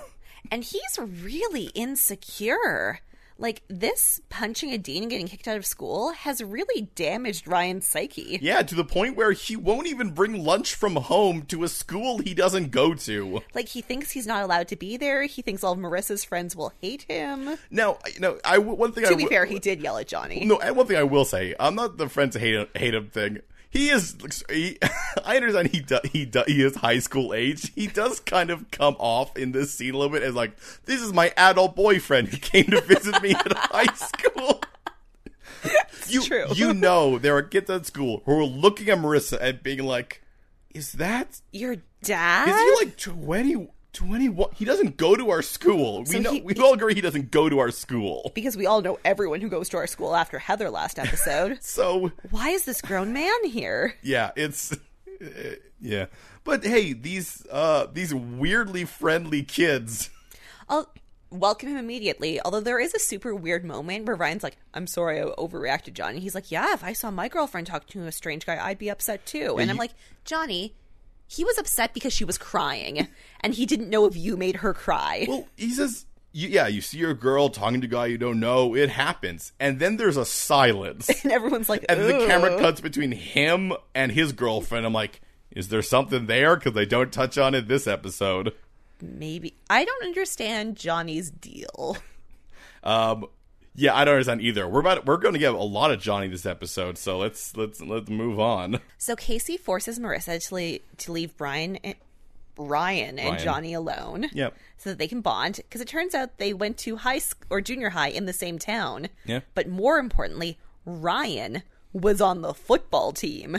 [SPEAKER 2] And he's really insecure. Like, this punching a dean and getting kicked out of school has really damaged Ryan's psyche.
[SPEAKER 1] yeah, to the point where he won't even bring lunch from home to a school he doesn't go to.
[SPEAKER 2] Like, he thinks he's not allowed to be there. He thinks all of Marissa's friends will hate him.
[SPEAKER 1] Now, I- you know, I w- one thing I
[SPEAKER 2] To be
[SPEAKER 1] w-
[SPEAKER 2] fair, he did yell at Johnny.
[SPEAKER 1] no, and one thing I will say, I'm not the friends hate him, hate him thing. He is. He, [laughs] I understand he do, he do, he is high school age. He does kind of come off in this scene a little bit as like, this is my adult boyfriend who came to visit me
[SPEAKER 2] [laughs]
[SPEAKER 1] at high school. you,
[SPEAKER 2] true.
[SPEAKER 1] you know there are kids at school who are looking at Marissa and being like, "Is that?
[SPEAKER 2] Your dad?
[SPEAKER 1] Is he like 20, 21? He doesn't go to our school. We
[SPEAKER 2] So
[SPEAKER 1] know.
[SPEAKER 2] he-
[SPEAKER 1] we all agree he doesn't go to our school.
[SPEAKER 2] because we all know everyone who goes to our school after Heather
[SPEAKER 1] [laughs]
[SPEAKER 2] last episode.
[SPEAKER 1] So
[SPEAKER 2] Why is this grown man here?
[SPEAKER 1] yeah it's uh, yeah but hey these uh these weirdly friendly kids
[SPEAKER 2] I'll welcome him immediately. Although there is a super weird moment where Ryan's like, "I'm sorry, I overreacted, Johnny." He's like, "Yeah, if I saw my girlfriend talk to a strange guy, I'd be upset too." And I'm
[SPEAKER 1] you-
[SPEAKER 2] like, "Johnny, he was upset because she was crying, and he didn't know if you made her cry."
[SPEAKER 1] well he says you, yeah you see your girl talking to a guy you don't know it happens and then there's a silence
[SPEAKER 2] [laughs] and everyone's like,
[SPEAKER 1] and the camera
[SPEAKER 2] "Ugh."
[SPEAKER 1] cuts between him and his girlfriend i'm like is there something there because they don't touch on it this episode
[SPEAKER 2] Maybe I don't understand Johnny's deal.
[SPEAKER 1] um yeah i don't understand either we're about we're gonna give a lot of johnny this episode so let's let's let's move on
[SPEAKER 2] So Casey forces Marissa to leave, to leave Brian and Ryan and
[SPEAKER 1] Ryan.
[SPEAKER 2] Johnny alone.
[SPEAKER 1] Yep.
[SPEAKER 2] So that they can bond because it turns out they went to high school or junior high in the same town.
[SPEAKER 1] Yeah.
[SPEAKER 2] But more importantly, Ryan was on the
[SPEAKER 1] [laughs]
[SPEAKER 2] football team,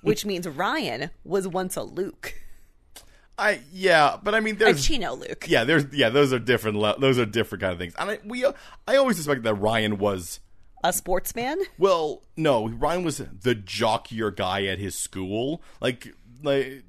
[SPEAKER 2] which means Ryan was once a Luke,
[SPEAKER 1] i yeah but i mean
[SPEAKER 2] a
[SPEAKER 1] there's
[SPEAKER 2] Chino Luke.
[SPEAKER 1] yeah, there's yeah, those are different. Le- those are different kind of things. And I we uh, I always suspected that Ryan was
[SPEAKER 2] A sportsman?
[SPEAKER 1] well, no, Ryan was the jockier guy at his school. Like like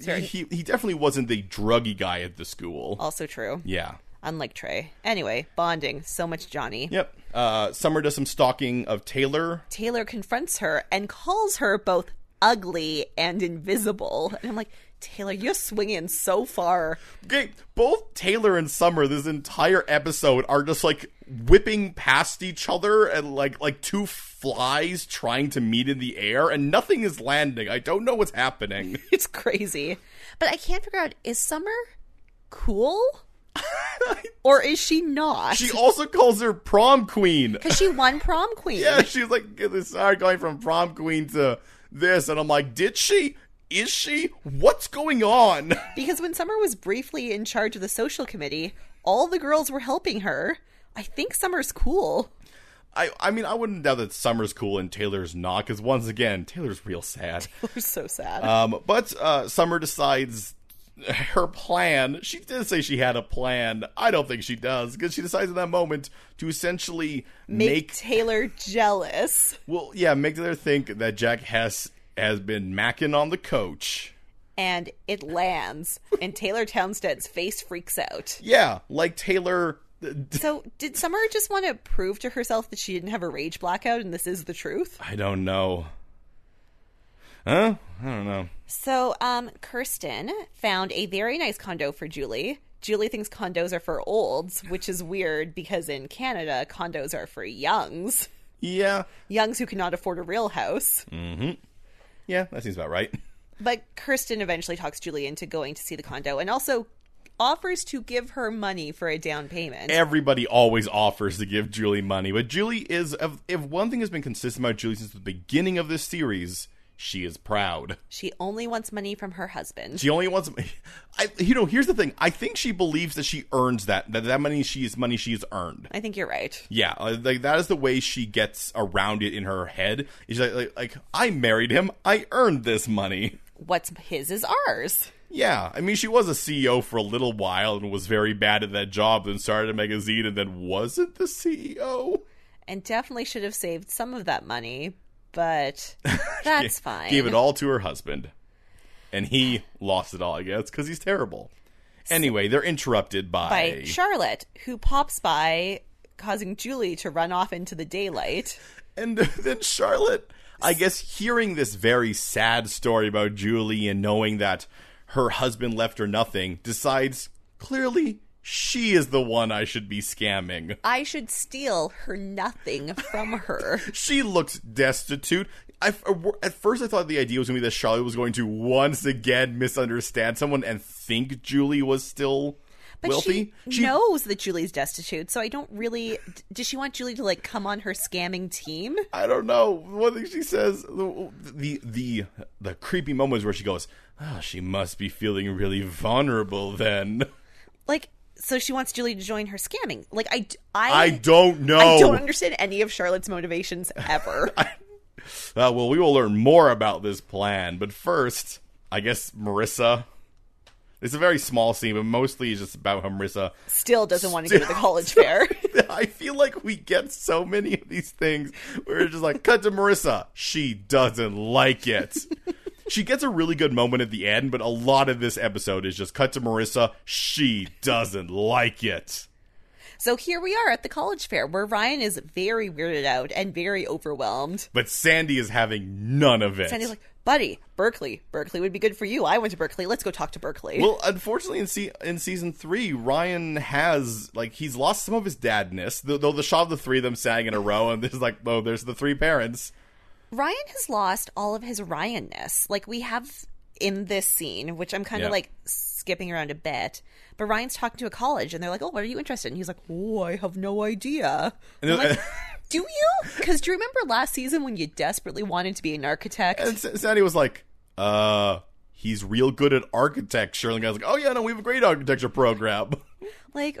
[SPEAKER 2] Sorry. Oh.
[SPEAKER 1] he he definitely wasn't the druggy guy at the school.
[SPEAKER 2] Also true.
[SPEAKER 1] Yeah.
[SPEAKER 2] Unlike Trey. Anyway, bonding. So much Johnny.
[SPEAKER 1] Yep. Uh, Summer does some stalking of Taylor.
[SPEAKER 2] Taylor confronts her and calls her both ugly and invisible. And I'm like, Taylor, you're swinging so far. [laughs]
[SPEAKER 1] Okay, both Taylor and Summer this entire episode are just like whipping past each other and like like two flies trying to meet in the air and nothing is landing. I don't know what's happening.
[SPEAKER 2] It's crazy. But I can't figure out is Summer cool?
[SPEAKER 1] [laughs]
[SPEAKER 2] or is she not?
[SPEAKER 1] She also calls her prom queen.
[SPEAKER 2] Because she won prom queen.
[SPEAKER 1] Yeah, she's like sorry going from prom queen to this and I'm like, "Did she? Is she? What's going on?"
[SPEAKER 2] Because when Summer was briefly in charge of the social committee, all the girls were helping her. I think Summer's cool. [laughs]
[SPEAKER 1] I, I mean, I wouldn't doubt that Summer's cool and Taylor's not, because once again, Taylor's real sad.
[SPEAKER 2] We're so sad.
[SPEAKER 1] Um, but uh, Summer decides her plan. She did say she had a plan. I don't think she does, because she decides in that moment to essentially
[SPEAKER 2] Make,
[SPEAKER 1] make,
[SPEAKER 2] Taylor jealous.
[SPEAKER 1] well, yeah, make Taylor think that Jack Hess has been macking on the coach.
[SPEAKER 2] And it lands. And Taylor Townstead's face freaks out.
[SPEAKER 1] Yeah, like Taylor. uh, I
[SPEAKER 2] So, did Summer just want to prove to herself that she didn't have a rage blackout and this is the truth?
[SPEAKER 1] don't know. Huh? I don't know.
[SPEAKER 2] So, um, Kirsten found a very nice condo for Julie. Julie thinks condos are for olds, which is weird because in Canada, condos are for youngs.
[SPEAKER 1] Yeah,
[SPEAKER 2] Youngs who cannot afford a real house.
[SPEAKER 1] yeah, that seems about right.
[SPEAKER 2] But Kirsten eventually talks Julie into going to see the condo and also offers to give her money for a down payment.
[SPEAKER 1] everybody always offers to give Julie money, but Julie is if- if one thing has been consistent about Julie since the beginning of this series, she is proud.
[SPEAKER 2] She only wants money from her husband.
[SPEAKER 1] She only wants I you know, here's the thing. I think she believes that she earns that that that money she is money she has earned.
[SPEAKER 2] I think you're right.
[SPEAKER 1] Yeah, uh, like that is the way she gets around it in her head. She's like, like, like I married him. I earned this money.
[SPEAKER 2] What's his is ours.
[SPEAKER 1] Yeah, I mean, she was a CEO for a little while and was very bad at that job. Then started a magazine and then wasn't the E CEO.
[SPEAKER 2] And definitely should have saved some of that money, but
[SPEAKER 1] [laughs]
[SPEAKER 2] that's fine.
[SPEAKER 1] Gave it all to her husband. And he lost it all, I guess, because he's terrible. Anyway, they're interrupted by.
[SPEAKER 2] by Charlotte, who pops by, causing Julie to run off into the daylight.
[SPEAKER 1] and [laughs] then Charlotte, I guess, hearing this very sad story about Julie and knowing that her husband left her nothing, decides clearly she is the one I should be scamming.
[SPEAKER 2] I should steal her nothing from
[SPEAKER 1] [laughs]
[SPEAKER 2] her.
[SPEAKER 1] She looks destitute. I, uh, at first, I thought the idea was going to be that Charlotte was going to once again misunderstand someone and think Julie was still
[SPEAKER 2] But
[SPEAKER 1] wealthy.
[SPEAKER 2] she, knows that Julie's destitute, so I don't really. d- Does she want Julie to like come on her scamming team?
[SPEAKER 1] I don't know. One thing she says, the the the, the creepy moments where she goes, "Oh, she must be feeling really vulnerable."
[SPEAKER 2] [laughs]
[SPEAKER 1] Then
[SPEAKER 2] Like, so she wants Julie to join her scamming. Like, I, d- I,
[SPEAKER 1] I don't know.
[SPEAKER 2] I don't understand any of Charlotte's motivations
[SPEAKER 1] [laughs]
[SPEAKER 2] ever.
[SPEAKER 1] Uh, well, we will learn more about this plan, but first, I guess Marissa. It's a very small scene, but mostly it's just about how Marissa
[SPEAKER 2] Still doesn't want to go to the
[SPEAKER 1] [laughs]
[SPEAKER 2] college fair.
[SPEAKER 1] I feel like we get so many of these things where it's just like, cut to Marissa. She doesn't like it. she gets a really good moment at the end, but a lot of this episode is just cut to Marissa. She doesn't like it.
[SPEAKER 2] So here we are at the college fair where Ryan is very weirded out and very overwhelmed.
[SPEAKER 1] But Sandy is having none of it.
[SPEAKER 2] And he's like, buddy, Berkeley. Berkeley would be good for you. I went to Berkeley. Let's go talk to Berkeley.
[SPEAKER 1] well, unfortunately, in, se- in season three, Ryan has like he's lost some of his dadness. Th- though the shot of the three of them sang in a row, and there's like, oh, there's the three parents.
[SPEAKER 2] Ryan has lost all of his Ryanness. Like we have in this scene, which I'm kind of
[SPEAKER 1] Yeah.
[SPEAKER 2] like skipping around a bit. But Ryan's talking to a college and they're like, oh, what are you interested in? He's like, oh, I have no idea.
[SPEAKER 1] And then- [laughs]
[SPEAKER 2] Do you? Because do you remember last season when you desperately wanted to be an architect?
[SPEAKER 1] And Sa- Sandy was like, uh, he's real good at architecture. And the guy's like, oh, yeah, no, we have a great architecture program. [laughs]
[SPEAKER 2] Like,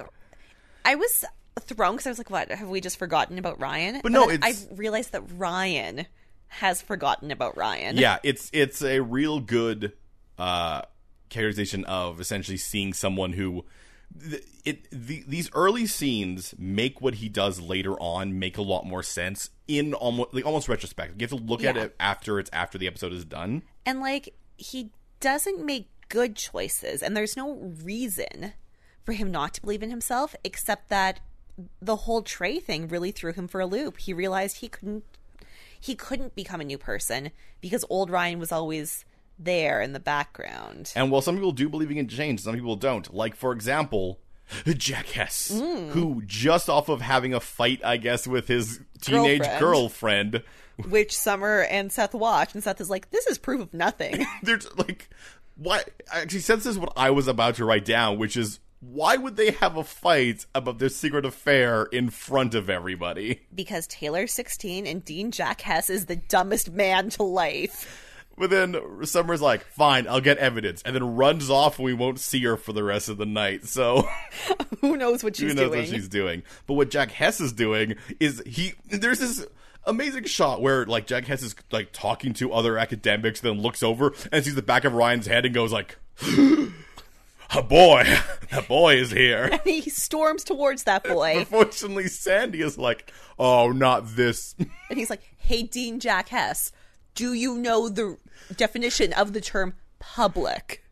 [SPEAKER 2] I was thrown because I was like, "What have we just forgotten about Ryan?" But
[SPEAKER 1] no,
[SPEAKER 2] then
[SPEAKER 1] it's-
[SPEAKER 2] I realized that Ryan has forgotten about Ryan.
[SPEAKER 1] yeah, it's it's a real good uh, characterization of essentially seeing someone who. th- It the, these early scenes make what he does later on make a lot more sense in almost like almost retrospect. You have to look at
[SPEAKER 2] Yeah.
[SPEAKER 1] it after it's after the episode is done.
[SPEAKER 2] and like he doesn't make good choices, and there's no reason for him not to believe in himself, except that the whole Trey thing really threw him for a loop. He realized he couldn't. he couldn't become a new person because old Ryan was always there in the background.
[SPEAKER 1] And while some people do believing in change, some people don't. Like, for example, Jack Hess, who just off of having a fight, I guess, with his teenage
[SPEAKER 2] Girlfriend.
[SPEAKER 1] girlfriend,
[SPEAKER 2] Which Summer and Seth watch, and Seth is like, "This is proof of nothing."
[SPEAKER 1] they're just like, why? Actually, since this is what I was about to write down, which is why would they have a fight about their secret affair in front of everybody?
[SPEAKER 2] because Taylor's 16 and Dean Jack Hess is the dumbest man to life. [laughs]
[SPEAKER 1] But then Summer's like, fine, I'll get evidence, and then runs off and we won't see her for the rest of the night. So.
[SPEAKER 2] Who knows what she's
[SPEAKER 1] who knows
[SPEAKER 2] doing?
[SPEAKER 1] what she's doing. But what Jack Hess is doing is he there's this amazing shot where like Jack Hess is like talking to other academics, then looks over and sees the back of Ryan's head and goes like [gasps] A boy, [laughs] a boy is here.
[SPEAKER 2] [laughs]
[SPEAKER 1] [laughs]
[SPEAKER 2] he storms towards that boy,
[SPEAKER 1] Unfortunately, Sandy is like, "Oh, not this." [laughs]
[SPEAKER 2] and he's like, "Hey, Dean Jack Hess, do you know the definition of the term public?"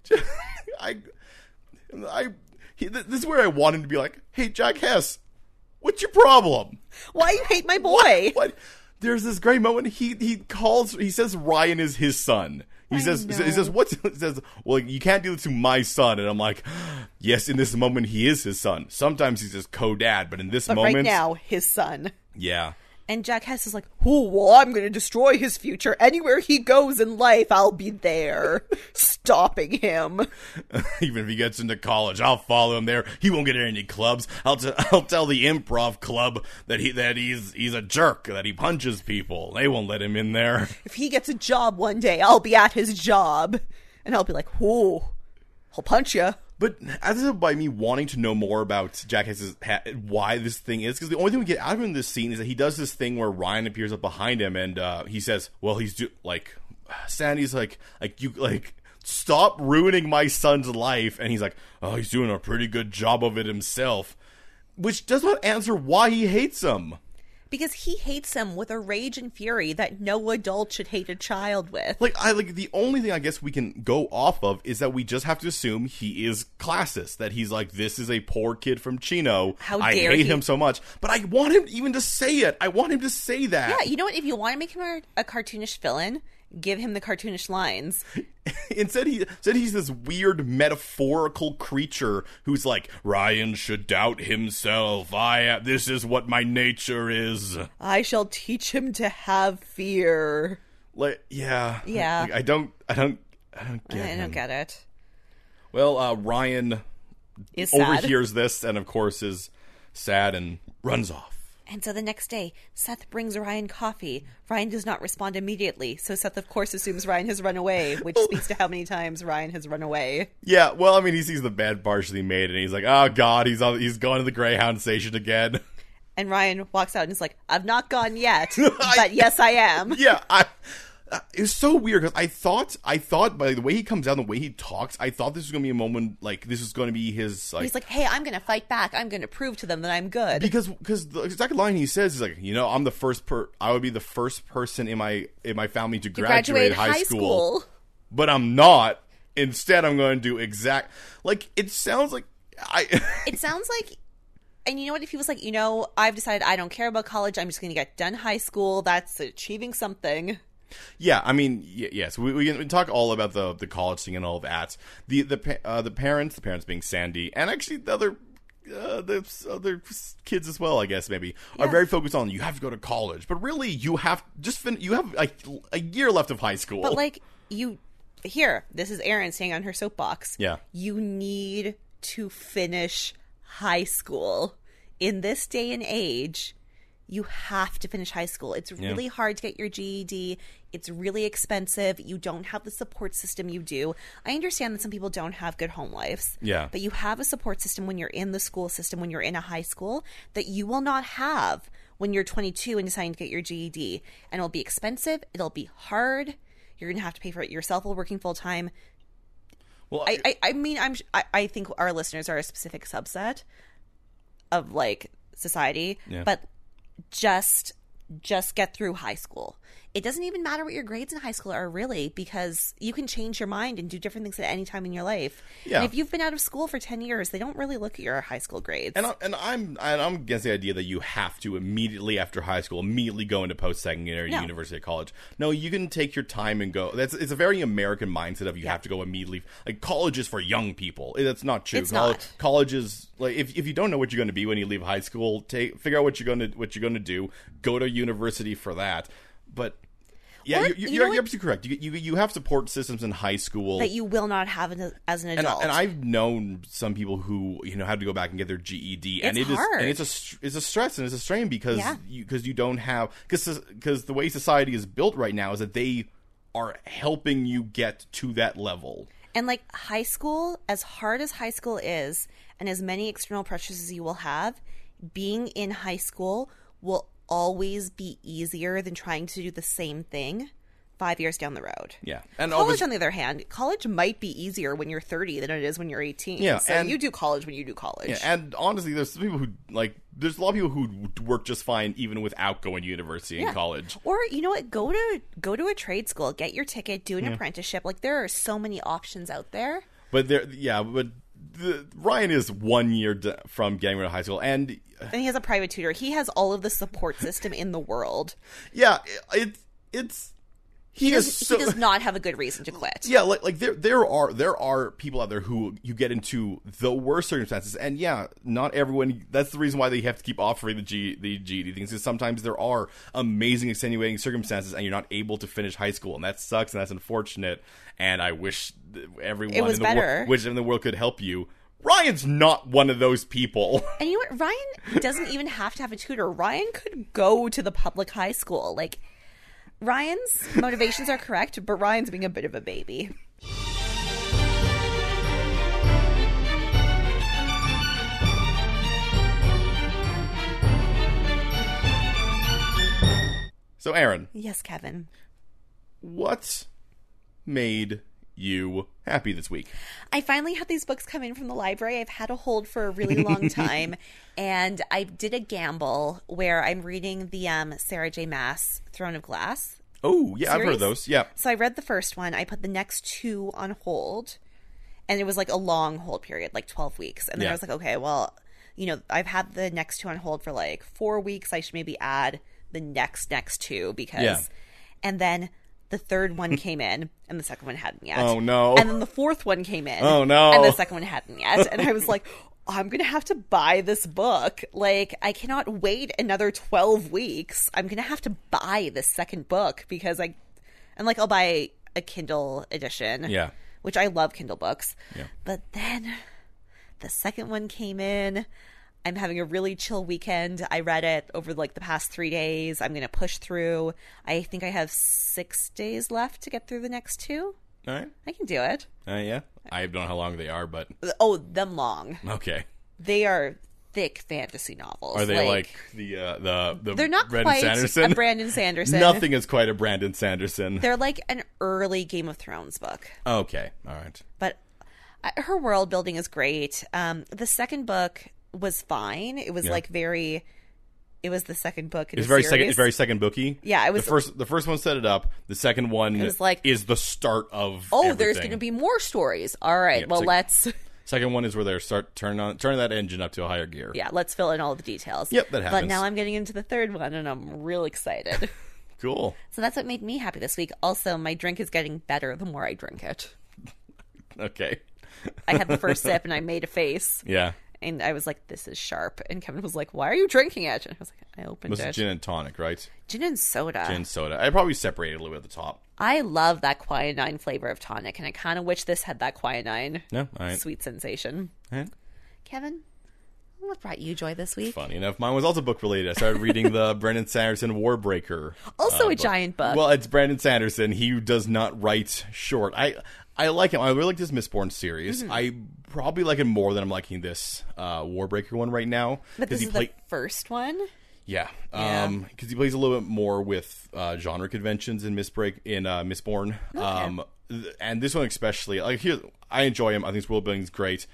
[SPEAKER 1] I, I, he, th- this is where I want him to be like, "Hey, Jack Hess, what's your problem?"
[SPEAKER 2] Why you hate my boy?
[SPEAKER 1] [laughs] What? There's this great moment. He he calls. He says Ryan is his son. He says
[SPEAKER 2] know.
[SPEAKER 1] he says what? [laughs] He says well, you can't do this to my son. And I'm like, yes. In this moment, he is his son. Sometimes he's his co-dad, but in this
[SPEAKER 2] But
[SPEAKER 1] moment,
[SPEAKER 2] right now, his son.
[SPEAKER 1] yeah. [laughs]
[SPEAKER 2] And Jack Hess is like, oh, well, I'm going to destroy his future. Anywhere he goes in life, I'll be there, [laughs] stopping him.
[SPEAKER 1] Even if he gets into college, I'll follow him there. He won't get in any clubs. I'll t- [laughs] I'll tell the improv club that he that he's he's a jerk that he punches people. They won't let him in there.
[SPEAKER 2] If he gets a job one day, I'll be at his job. And I'll be like, oh, I'll punch you.
[SPEAKER 1] But as of by me wanting to know more about Jack Hess's ha- why this thing is, because the only thing we get out of him in this scene is that he does this thing where Ryan appears up behind him and uh, he says, "Well, he's do- like Sandy's like like you like stop ruining my son's life," and he's like, "Oh, he's doing a pretty good job of it himself," which does not answer why he hates him.
[SPEAKER 2] Because he hates him with a rage and fury that no adult should hate a child with.
[SPEAKER 1] Like I like the only thing I guess we can go off of is that we just have to assume he is classist. That he's like this is a poor kid from Chino.
[SPEAKER 2] How
[SPEAKER 1] I
[SPEAKER 2] dare
[SPEAKER 1] hate
[SPEAKER 2] he."
[SPEAKER 1] him so much, but I want him even to say it. I want him to say that.
[SPEAKER 2] yeah, you know what? If you want to make him a, a cartoonish villain, give him the cartoonish lines.
[SPEAKER 1] [laughs] Instead, he said he's this weird metaphorical creature who's like Ryan should doubt himself. I this is what my nature is.
[SPEAKER 2] I shall teach him to have fear.
[SPEAKER 1] Like yeah,
[SPEAKER 2] Yeah.
[SPEAKER 1] Like, I don't. I don't. I don't get.
[SPEAKER 2] I
[SPEAKER 1] him.
[SPEAKER 2] don't get it.
[SPEAKER 1] Well, uh, Ryan [laughs]
[SPEAKER 2] Is sad.
[SPEAKER 1] overhears this and of course is sad and runs off.
[SPEAKER 2] And so the next day, Seth brings Ryan coffee. Ryan does not respond immediately, so Seth, of course, assumes Ryan has run away, which speaks to how many times Ryan has run away.
[SPEAKER 1] Yeah, well, I mean, he sees the bed partially made, and he's like, "Oh God, he's on, he's going to the Greyhound station again." [laughs]
[SPEAKER 2] And Ryan walks out and is like, I've not gone yet, but yes, I am.
[SPEAKER 1] [laughs] yeah, I, uh, it was so weird because I thought, I thought by the way he comes down, the way he talks, I thought this was going to be a moment like this was going to be his like.
[SPEAKER 2] He's like, hey, I'm going to fight back. I'm going to prove to them that I'm good.
[SPEAKER 1] because because the exact line he says is like you know I'm the first per I would be the first person in my in my family to graduate, high, school. but I'm not. Instead, I'm going to do exact like it sounds like I
[SPEAKER 2] [laughs]
[SPEAKER 1] [laughs]
[SPEAKER 2] It sounds like, and you know what? If he was like, you know, I've decided I don't care about college. I'm just going to get done high school. That's achieving something.
[SPEAKER 1] Yeah, I mean, y- yes, we, we can talk all about the the college thing and all that. The the pa- uh, the parents, the parents being Sandy, and actually the other. Uh, the s- other s- kids as well, I guess maybe are very focused on you have to go to college, but really you have just fin- you have a, a year left of high school.
[SPEAKER 2] But like you here, this is Erin staying on her soapbox.
[SPEAKER 1] Yeah.
[SPEAKER 2] You need to finish high school. In this day and age, you have to finish high school. It's really hard to get your GED. It's really expensive. You don't have the support system you do. I understand that some people don't have good home lives.
[SPEAKER 1] Yeah.
[SPEAKER 2] But you have a support system when you're in the school system, when you're in a high school, that you will not have when you're 22 and deciding to get your GED. And it'll be expensive. It'll be hard. You're going to have to pay for it yourself while working full time.
[SPEAKER 1] well,
[SPEAKER 2] I, I, I mean, I'm, I, I think our listeners are a specific subset of like society,
[SPEAKER 1] Yeah.
[SPEAKER 2] but just, just get through high school. it doesn't even matter what your grades in high school are really because you can change your mind and do different things at any time in your life.
[SPEAKER 1] Yeah.
[SPEAKER 2] And if you've been out of school for 10 years, they don't really look at your high school grades.
[SPEAKER 1] And, I, and I'm and I'm against the idea that you have to immediately after high school immediately go into post secondary,
[SPEAKER 2] No.
[SPEAKER 1] university, or college. No, you can take your time and go. That's it's a very American mindset of you have to go immediately. Like college is for young people. Eh, That's not true.
[SPEAKER 2] It's
[SPEAKER 1] Colle-
[SPEAKER 2] not.
[SPEAKER 1] College is like if, if you don't know what you're going to be when you leave high school, take figure out what you're going to what you're going to do. Go to university for that. But yeah,
[SPEAKER 2] Or,
[SPEAKER 1] you, you,
[SPEAKER 2] you know
[SPEAKER 1] you're,
[SPEAKER 2] what?
[SPEAKER 1] you're absolutely correct. You, you you have support systems in high school
[SPEAKER 2] that you will not have an, as an
[SPEAKER 1] and,
[SPEAKER 2] adult.
[SPEAKER 1] and I've known some people who you know had to go back and get their GED, and
[SPEAKER 2] It's
[SPEAKER 1] it is
[SPEAKER 2] hard.
[SPEAKER 1] and it's a str- it's a stress and it's a strain because
[SPEAKER 2] Yeah.
[SPEAKER 1] you because you don't have because because the way society is built right now is that they are helping you get to that level.
[SPEAKER 2] And like high school, as hard as high school is, and as many external pressures as you will have, being in high school will always be easier than trying to do the same thing five years down the road.
[SPEAKER 1] Yeah, and
[SPEAKER 2] College,
[SPEAKER 1] obviously-
[SPEAKER 2] on the other hand, college might be easier when you're 30 than it is when you're 18.
[SPEAKER 1] Yeah,
[SPEAKER 2] so
[SPEAKER 1] and-
[SPEAKER 2] you do college when you do college.
[SPEAKER 1] Yeah, and honestly, there's some people who like there's a lot of people who d- work just fine even without going to university and
[SPEAKER 2] Yeah.
[SPEAKER 1] college.
[SPEAKER 2] Or you know what? Go to go to a trade school, get your ticket, do an apprenticeship. Like there are so many options out there.
[SPEAKER 1] But there, yeah, but the, Ryan is one year d- from getting rid of high school, and
[SPEAKER 2] And he has a private tutor. He has all of the support system in the world.
[SPEAKER 1] yeah, it, it's he,
[SPEAKER 2] he,
[SPEAKER 1] is
[SPEAKER 2] does,
[SPEAKER 1] so.
[SPEAKER 2] he does not have a good reason to quit.
[SPEAKER 1] yeah like like there there are there are people out there who you get into the worst circumstances and yeah not everyone that's the reason why they have to keep offering the G the GED things because sometimes there are amazing extenuating circumstances and you're not able to finish high school and that sucks and that's unfortunate and I wish th- everyone
[SPEAKER 2] It was
[SPEAKER 1] in the
[SPEAKER 2] better.
[SPEAKER 1] world which in the world could help you Ryan's not one of those people [laughs]
[SPEAKER 2] And you know what? Ryan doesn't even have to have a tutor. Ryan could go to the public high school. Like, Ryan's motivations are correct, but Ryan's being a bit of a baby.
[SPEAKER 1] so Aaron
[SPEAKER 2] Yes, Kevin.
[SPEAKER 1] what made you happy this week
[SPEAKER 2] I finally had these books come in from the library. I've had a hold for a really long time, and I did a gamble where I'm reading the um, Sarah J. Mass Throne of Glass.
[SPEAKER 1] oh yeah I've heard
[SPEAKER 2] Series?
[SPEAKER 1] of those yeah
[SPEAKER 2] So I read the first one. I put the next two on hold, and it was like a long hold period, like twelve weeks. And then
[SPEAKER 1] Yeah.
[SPEAKER 2] I was like, okay, well, you know, I've had the next two on hold for like four weeks. I should maybe add the next next two because,
[SPEAKER 1] Yeah.
[SPEAKER 2] and then the third one [laughs] came in, and the second one hadn't yet.
[SPEAKER 1] Oh, no.
[SPEAKER 2] And then the fourth one came in.
[SPEAKER 1] Oh, no.
[SPEAKER 2] And the second one hadn't yet. And I was like. [laughs] I'm going to have to buy this book. Like, I cannot wait another 12 weeks. I'm going to have to buy this second book because I and like I'll buy a Kindle edition.
[SPEAKER 1] Yeah.
[SPEAKER 2] Which I love Kindle books.
[SPEAKER 1] Yeah.
[SPEAKER 2] But then the second one came in. I'm having a really chill weekend. I read it over like the past 3 days. I'm going to push through. I think I have 6 days left to get through the next two.
[SPEAKER 1] all right
[SPEAKER 2] I can do it.
[SPEAKER 1] Uh, yeah. I don't know how long they are, but
[SPEAKER 2] Oh, them long.
[SPEAKER 1] okay.
[SPEAKER 2] They are thick fantasy novels.
[SPEAKER 1] Are they like, the uh, the the
[SPEAKER 2] They're not
[SPEAKER 1] Brandon
[SPEAKER 2] quite
[SPEAKER 1] Sanderson? [laughs]
[SPEAKER 2] a Brandon Sanderson.
[SPEAKER 1] Nothing is quite a Brandon Sanderson.
[SPEAKER 2] They're like an early Game of Thrones book.
[SPEAKER 1] okay, all right.
[SPEAKER 2] but I- her world building is great. Um, the second book was fine. It was like very. It was the second book. In
[SPEAKER 1] It's
[SPEAKER 2] a
[SPEAKER 1] very
[SPEAKER 2] series.
[SPEAKER 1] second. It's very second bookie.
[SPEAKER 2] Yeah, it was-
[SPEAKER 1] the first. The first one set it up. The second one
[SPEAKER 2] was like-
[SPEAKER 1] is the start of.
[SPEAKER 2] Oh, there's going to be more stories. All right. well,
[SPEAKER 1] like-
[SPEAKER 2] let's [laughs]
[SPEAKER 1] Second one is where they start turn on turn that engine up to a higher gear.
[SPEAKER 2] yeah, let's fill in all the details.
[SPEAKER 1] Yep, that
[SPEAKER 2] But
[SPEAKER 1] happens.
[SPEAKER 2] now I'm getting into the third one, and I'm real
[SPEAKER 1] [laughs]
[SPEAKER 2] excited.
[SPEAKER 1] Cool.
[SPEAKER 2] so that's what made me happy this week. Also, my drink is getting better the more I drink it.
[SPEAKER 1] Okay.
[SPEAKER 2] I had the first sip, and I made a face,
[SPEAKER 1] Yeah.
[SPEAKER 2] and I was like, "This is sharp." And Kevin was like, "Why are you drinking it?" And I was like, "I opened
[SPEAKER 1] This
[SPEAKER 2] it.
[SPEAKER 1] is gin and tonic, right?
[SPEAKER 2] Gin and soda.
[SPEAKER 1] Gin soda. I probably separated a little bit at the top.
[SPEAKER 2] I love that quinine flavor of tonic, and I kind of wish this had that quinine
[SPEAKER 1] No, all right.
[SPEAKER 2] sweet sensation.
[SPEAKER 1] All right.
[SPEAKER 2] Kevin, what brought you joy this week?
[SPEAKER 1] Funny enough, mine was also book related. I started reading
[SPEAKER 2] [laughs]
[SPEAKER 1] the Brandon Sanderson Warbreaker. uh,
[SPEAKER 2] Also a giant book.
[SPEAKER 1] Well, it's Brandon Sanderson. He does not write short. I I like him. I really like this Mistborn series.
[SPEAKER 2] Mm-hmm.
[SPEAKER 1] I probably like him more than I'm liking this uh, Warbreaker one right now
[SPEAKER 2] but this
[SPEAKER 1] he
[SPEAKER 2] is
[SPEAKER 1] play-
[SPEAKER 2] the first one.
[SPEAKER 1] yeah,
[SPEAKER 2] Yeah.
[SPEAKER 1] because he plays a little bit more with uh, genre conventions in Misbreak in uh, Mistborn, um, th- and this one especially. Like here, I enjoy him. I think his world building's great.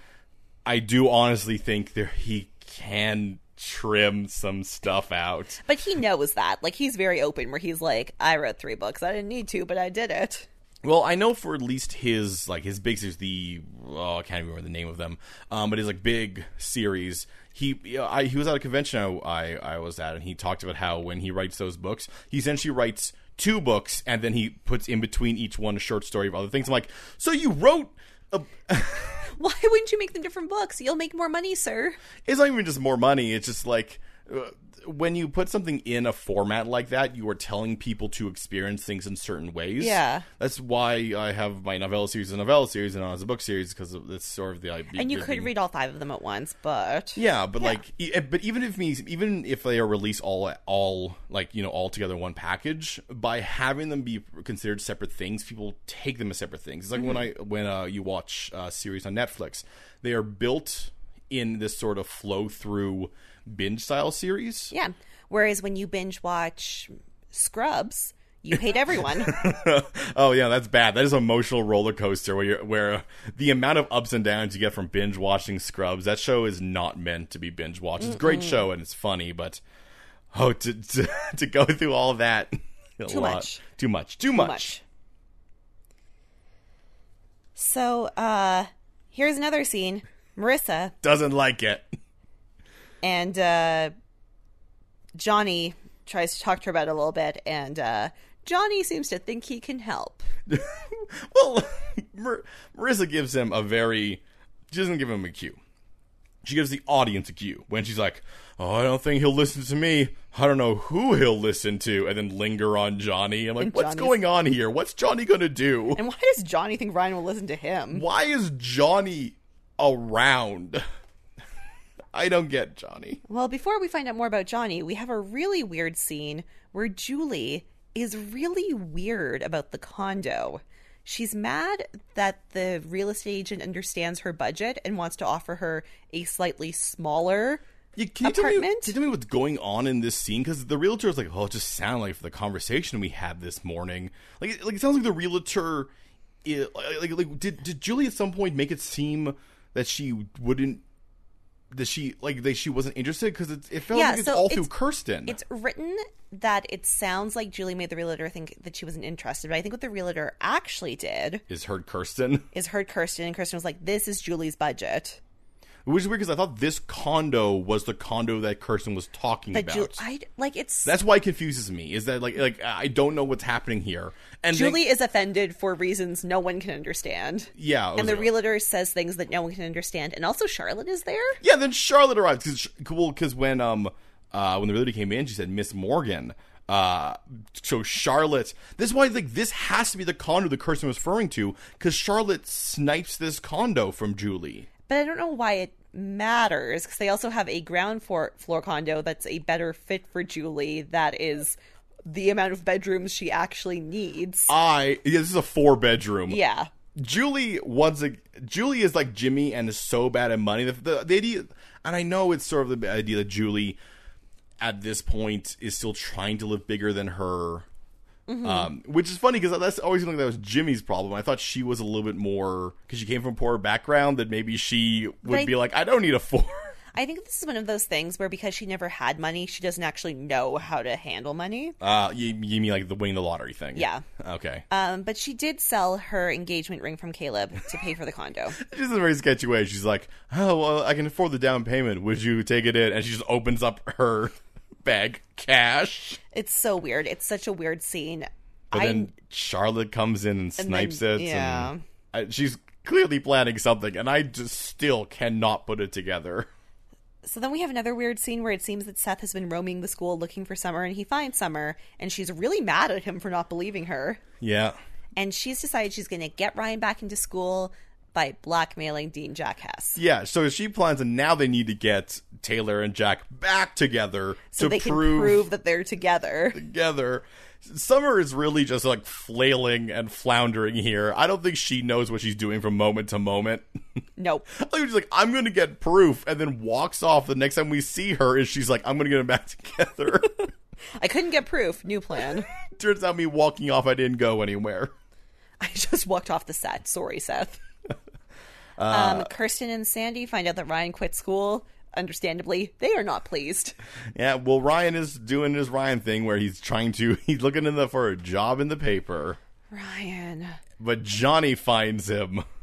[SPEAKER 1] I do honestly think there he can trim some stuff out.
[SPEAKER 2] But he knows that. Like he's very open where he's like, I wrote three books. I didn't need to, but I did it. [laughs]
[SPEAKER 1] Well, I know for at least his like his big series, the oh, I can't even remember the name of them, um, but his like big series. He yeah, I, he was at a convention I, I I was at, and he talked about how when he writes those books, he essentially writes two books, and then he puts in between each one a short story of other things. I'm like, so you wrote. A,
[SPEAKER 2] Why wouldn't you make them different books? You'll make more money, sir.
[SPEAKER 1] it's not even just more money. It's just like uh, when you put something in a format like that, you are telling people to experience things in certain ways.
[SPEAKER 2] Yeah.
[SPEAKER 1] that's why I have my novella series as a novella series and not as a book series because it's sort of the idea.
[SPEAKER 2] And you could read all five of them at once, but
[SPEAKER 1] Yeah, but like, e- but even if me, even if they are released all, all like you know, all together in one package, by having them be considered separate things, people take them as separate things. It's like when I when uh, you watch uh, series on Netflix, they are built in this sort of flow through binge style series.
[SPEAKER 2] yeah. Whereas when you binge watch Scrubs, you hate everyone.
[SPEAKER 1] [laughs] oh yeah, that's bad. That is an emotional roller coaster where you're, where uh, the amount of ups and downs you get from binge watching Scrubs. That show is not meant to be binge watched. It's a great show and it's funny, but oh, to [laughs] to, to go through all that [laughs] a
[SPEAKER 2] Too
[SPEAKER 1] lot.
[SPEAKER 2] much.
[SPEAKER 1] too much, too much.
[SPEAKER 2] much. so uh here's another scene. Marissa
[SPEAKER 1] Doesn't like it.
[SPEAKER 2] and uh, Johnny tries to talk to her about it a little bit, and uh, Johnny seems to think he can help.
[SPEAKER 1] Well, [laughs] Mar- Marissa gives him a very. She doesn't give him a cue. She gives the audience a cue when she's like, "Oh, I don't think he'll listen to me. I don't know who he'll listen to," and then linger on Johnny. I'm like,
[SPEAKER 2] And
[SPEAKER 1] "What's
[SPEAKER 2] Johnny's-
[SPEAKER 1] going on here? What's Johnny gonna do?
[SPEAKER 2] And why does Johnny think Ryan will listen to him?
[SPEAKER 1] Why is Johnny around?" [laughs] I don't get Johnny.
[SPEAKER 2] Well, before we find out more about Johnny, we have a really weird scene where Julie is really weird about the condo. She's mad that the real estate agent understands her budget and wants to offer her a slightly smaller
[SPEAKER 1] Yeah, can you tell me,
[SPEAKER 2] Apartment?
[SPEAKER 1] can you tell me what's going on in this scene? Because the realtor is like, oh, it just sounded like the conversation we had this morning. Like, it- like it sounds like the realtor, i like, like, like, did did Julie at some point make it seem that she wouldn't, that she like that she wasn't interested? Because it, it felt
[SPEAKER 2] Yeah,
[SPEAKER 1] like it's
[SPEAKER 2] so
[SPEAKER 1] all
[SPEAKER 2] it's-
[SPEAKER 1] through Kirsten.
[SPEAKER 2] It's written that it sounds like Julie made the realtor think that she wasn't interested, but I think what the realtor actually did
[SPEAKER 1] is heard Kirsten, [laughs]
[SPEAKER 2] is heard Kirsten, and Kirsten was like, "This is Julie's budget."
[SPEAKER 1] which is weird because I thought this condo was the condo that Kirsten was talking
[SPEAKER 2] But
[SPEAKER 1] about.
[SPEAKER 2] Julie, I like it's
[SPEAKER 1] That's why it confuses me. Is that like like I don't know what's happening here. And then-
[SPEAKER 2] Julie is offended for reasons no one can understand,
[SPEAKER 1] yeah, it
[SPEAKER 2] and
[SPEAKER 1] was
[SPEAKER 2] the
[SPEAKER 1] like-
[SPEAKER 2] realtor says things that no one can understand, and also Charlotte is there.
[SPEAKER 1] Yeah, then Charlotte arrives because cool because when um uh when the realtor came in, she said Miss Morgan. Uh, so Charlotte, this is why like this has to be the condo the Kirsten was referring to because Charlotte snipes this condo from Julie.
[SPEAKER 2] but I don't know why it matters because they also have a ground floor, floor condo that's a better fit for Julie. That is the amount of bedrooms she actually needs.
[SPEAKER 1] I yeah, this is a four bedroom.
[SPEAKER 2] yeah,
[SPEAKER 1] Julie once ag- Julie is like Jimmy and is so bad at money. The, the, the idea, and I know it's sort of the idea that Julie at this point is still trying to live bigger than her, um, which is funny because that's always something that was Jimmy's problem. I thought she was a little bit more because she came from a poorer background that maybe she would
[SPEAKER 2] But I-
[SPEAKER 1] be like, I don't need a four. [laughs]
[SPEAKER 2] I think this is one of those things where because she never had money, she doesn't actually know how to handle money.
[SPEAKER 1] Uh, you, you mean like the winning the lottery thing?
[SPEAKER 2] Yeah.
[SPEAKER 1] Okay.
[SPEAKER 2] Um, but she did sell her engagement ring from Caleb to pay for
[SPEAKER 1] [laughs]
[SPEAKER 2] the condo.
[SPEAKER 1] She's in a very sketchy way. She's like, "Oh well, I can afford the down payment. Would you take it in?" And she just opens up her [laughs] bag cash.
[SPEAKER 2] It's so weird. It's such a weird scene.
[SPEAKER 1] But
[SPEAKER 2] I
[SPEAKER 1] then Charlotte comes in and snipes
[SPEAKER 2] then-
[SPEAKER 1] it.
[SPEAKER 2] yeah.
[SPEAKER 1] and I- she's clearly planning something, and I just still cannot put it together.
[SPEAKER 2] So then we have another weird scene where it seems that Seth has been roaming the school looking for Summer and he finds Summer and she's really mad at him for not believing her.
[SPEAKER 1] Yeah,
[SPEAKER 2] And she's decided she's going to get Ryan back into school by blackmailing Dean Jack Hess.
[SPEAKER 1] yeah. So she plans, and now they need to get Taylor and Jack back together
[SPEAKER 2] So
[SPEAKER 1] to
[SPEAKER 2] they
[SPEAKER 1] prove,
[SPEAKER 2] can prove that
[SPEAKER 1] [laughs]
[SPEAKER 2] they're together.
[SPEAKER 1] together. Summer is really just like flailing and floundering here. I don't think she knows what she's doing from moment to moment.
[SPEAKER 2] Nope.
[SPEAKER 1] Like, she's like, I'm going to get proof, and then walks off. The next time we see her, is she's like, I'm going to get them back [laughs] together.
[SPEAKER 2] I couldn't get proof. New plan. [laughs]
[SPEAKER 1] Turns out, me walking off, I didn't go anywhere.
[SPEAKER 2] I just walked off
[SPEAKER 1] [laughs]
[SPEAKER 2] the
[SPEAKER 1] Uh,
[SPEAKER 2] set. Sorry, Seth. um, Kirsten and Sandy find out that Ryan quit school. understandably, they are not pleased.
[SPEAKER 1] Yeah, well, Ryan is doing his Ryan thing where he's trying to [laughs] he's looking in the, for a job in the paper,
[SPEAKER 2] Ryan.
[SPEAKER 1] but Johnny finds him. [laughs]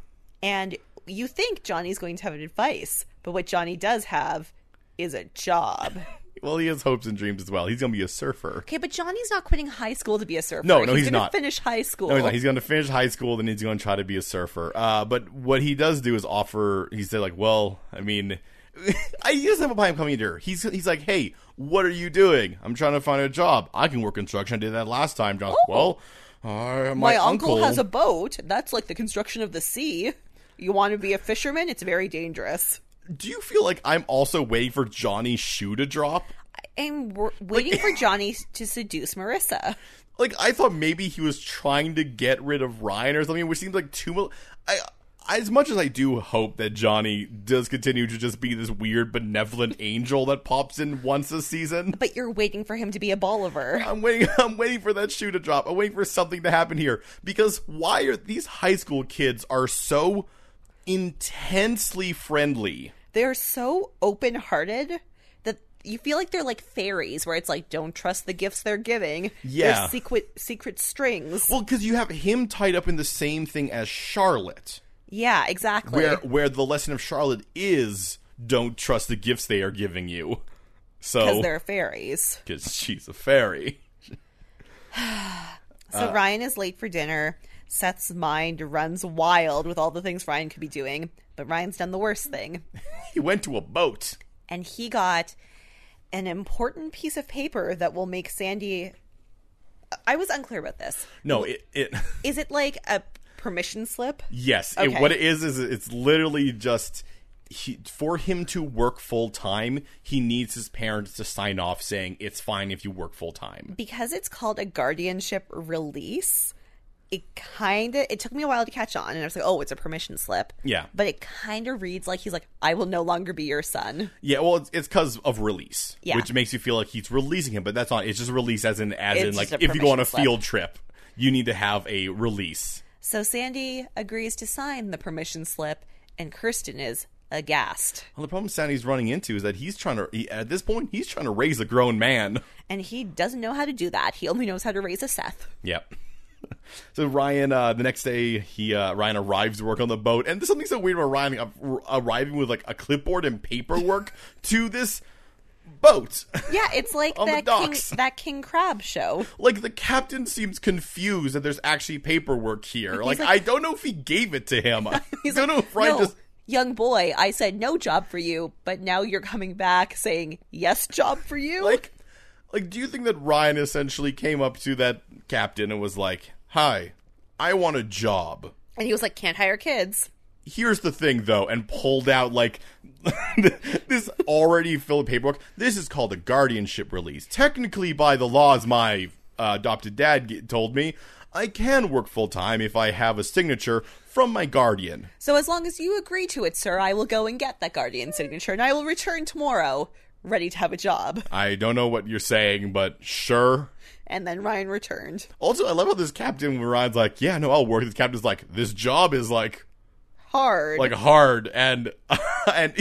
[SPEAKER 2] And you think Johnny's going to have advice, but what Johnny does have is a job.
[SPEAKER 1] Well, he has hopes and dreams as well. He's gonna be a surfer.
[SPEAKER 2] [laughs] Okay, but Johnny's not quitting high school to be a surfer.
[SPEAKER 1] No, no,
[SPEAKER 2] he's,
[SPEAKER 1] he's
[SPEAKER 2] gonna
[SPEAKER 1] not.
[SPEAKER 2] Finish high school.
[SPEAKER 1] No, he's, not. he's going to finish high school, then he's going to try to be a surfer. Uh, but what he does do is offer. He said, like, well, I mean, [laughs] I he doesn't have a pipe coming here. He's he's like, hey, what are you doing? I'm trying to find a job. I can work construction. I did that last time. John's like, well, uh, my,
[SPEAKER 2] Oh. My uncle, has a boat. That's like the construction of the sea. You want to be a fisherman? It's very dangerous.
[SPEAKER 1] Do you feel like I'm also waiting for Johnny's shoe to drop?
[SPEAKER 2] I'm w- waiting for Johnny to seduce Marissa.
[SPEAKER 1] Like, I thought maybe he was trying to get rid of Ryan or something, which seems like too much. I. As much as I do hope that Johnny does continue to just be this weird benevolent angel that pops in once a season,
[SPEAKER 2] But you're waiting for him to be a Bolivar.
[SPEAKER 1] I'm waiting. [laughs] I'm waiting for that shoe to drop. I'm waiting for something to happen here because why are these high school kids are so intensely friendly?
[SPEAKER 2] They're so open hearted that you feel like they're like fairies, where it's like, don't trust the gifts they're giving.
[SPEAKER 1] Yeah.
[SPEAKER 2] They're secret, secret strings.
[SPEAKER 1] Well, because you have him tied up in the same thing as Charlotte,
[SPEAKER 2] yeah, exactly.
[SPEAKER 1] where where the lesson of Charlotte is don't trust the gifts they are giving you.
[SPEAKER 2] Because
[SPEAKER 1] So
[SPEAKER 2] they're fairies.
[SPEAKER 1] because she's a fairy. [laughs]
[SPEAKER 2] So Ryan is late for dinner. Seth's mind runs wild with all the things Ryan could be doing, but Ryan's done the worst thing.
[SPEAKER 1] He went to a boat.
[SPEAKER 2] And he got an important piece of paper that will make Sandy. I was unclear about this.
[SPEAKER 1] No, it. it [laughs]
[SPEAKER 2] Is it like a permission slip?
[SPEAKER 1] Yes,
[SPEAKER 2] Okay.
[SPEAKER 1] it, what it is is it's literally just he, for him to work full time. He needs his parents to sign off saying it's fine if you work full time.
[SPEAKER 2] Because it's called a guardianship release. It kind of it took me a while to catch on, and I was like, "Oh, it's a permission slip."
[SPEAKER 1] Yeah.
[SPEAKER 2] but it kind of reads like he's like, "I will no longer be your son."
[SPEAKER 1] Yeah, well, it's because of release,
[SPEAKER 2] Yeah.
[SPEAKER 1] which makes you feel like he's releasing him, but that's not. It's just release as in as
[SPEAKER 2] It's
[SPEAKER 1] in like
[SPEAKER 2] just a
[SPEAKER 1] if you go on a
[SPEAKER 2] permission slip.
[SPEAKER 1] field trip, you need to have a release.
[SPEAKER 2] So Sandy agrees to sign the permission slip, and Kirsten is aghast.
[SPEAKER 1] Well, the problem Sandy's running into is that he's trying to he, at this point he's trying to raise a grown man.
[SPEAKER 2] And he doesn't know how to do that. He only knows how to raise a Seth.
[SPEAKER 1] Yep. [laughs] So Ryan, uh, the next day, he uh, Ryan arrives to work on the boat, and there's something so weird about Ryan uh, arriving with like a clipboard and paperwork [laughs] to this boat. [laughs]
[SPEAKER 2] Yeah, it's like
[SPEAKER 1] On the
[SPEAKER 2] that king,
[SPEAKER 1] docks.
[SPEAKER 2] that king crab show.
[SPEAKER 1] like the captain seems confused that there's actually paperwork here. Like,
[SPEAKER 2] like-
[SPEAKER 1] I don't know if he gave it to [laughs] him. I don't know if Ryan
[SPEAKER 2] no,
[SPEAKER 1] just
[SPEAKER 2] young boy, I said no job for you, but now you're coming back saying yes job for you.
[SPEAKER 1] like like do you think that Ryan essentially came up to that captain and was like, "Hi, I want a job."
[SPEAKER 2] and he was like, can't hire kids.
[SPEAKER 1] here's the thing though and pulled out like [laughs] this already filled paperwork this is called a guardianship release technically by the laws my uh, adopted dad g- told me i can work full-time if i have a signature from my guardian
[SPEAKER 2] So as long as you agree to it, sir, I will go and get that guardian signature, and I will return tomorrow, ready to have a job.
[SPEAKER 1] i don't know what you're saying but sure
[SPEAKER 2] And then Ryan returned.
[SPEAKER 1] also i love how this captain when ryan's like yeah no i'll work this captain's like this job is like
[SPEAKER 2] Hard.
[SPEAKER 1] like hard and [laughs] and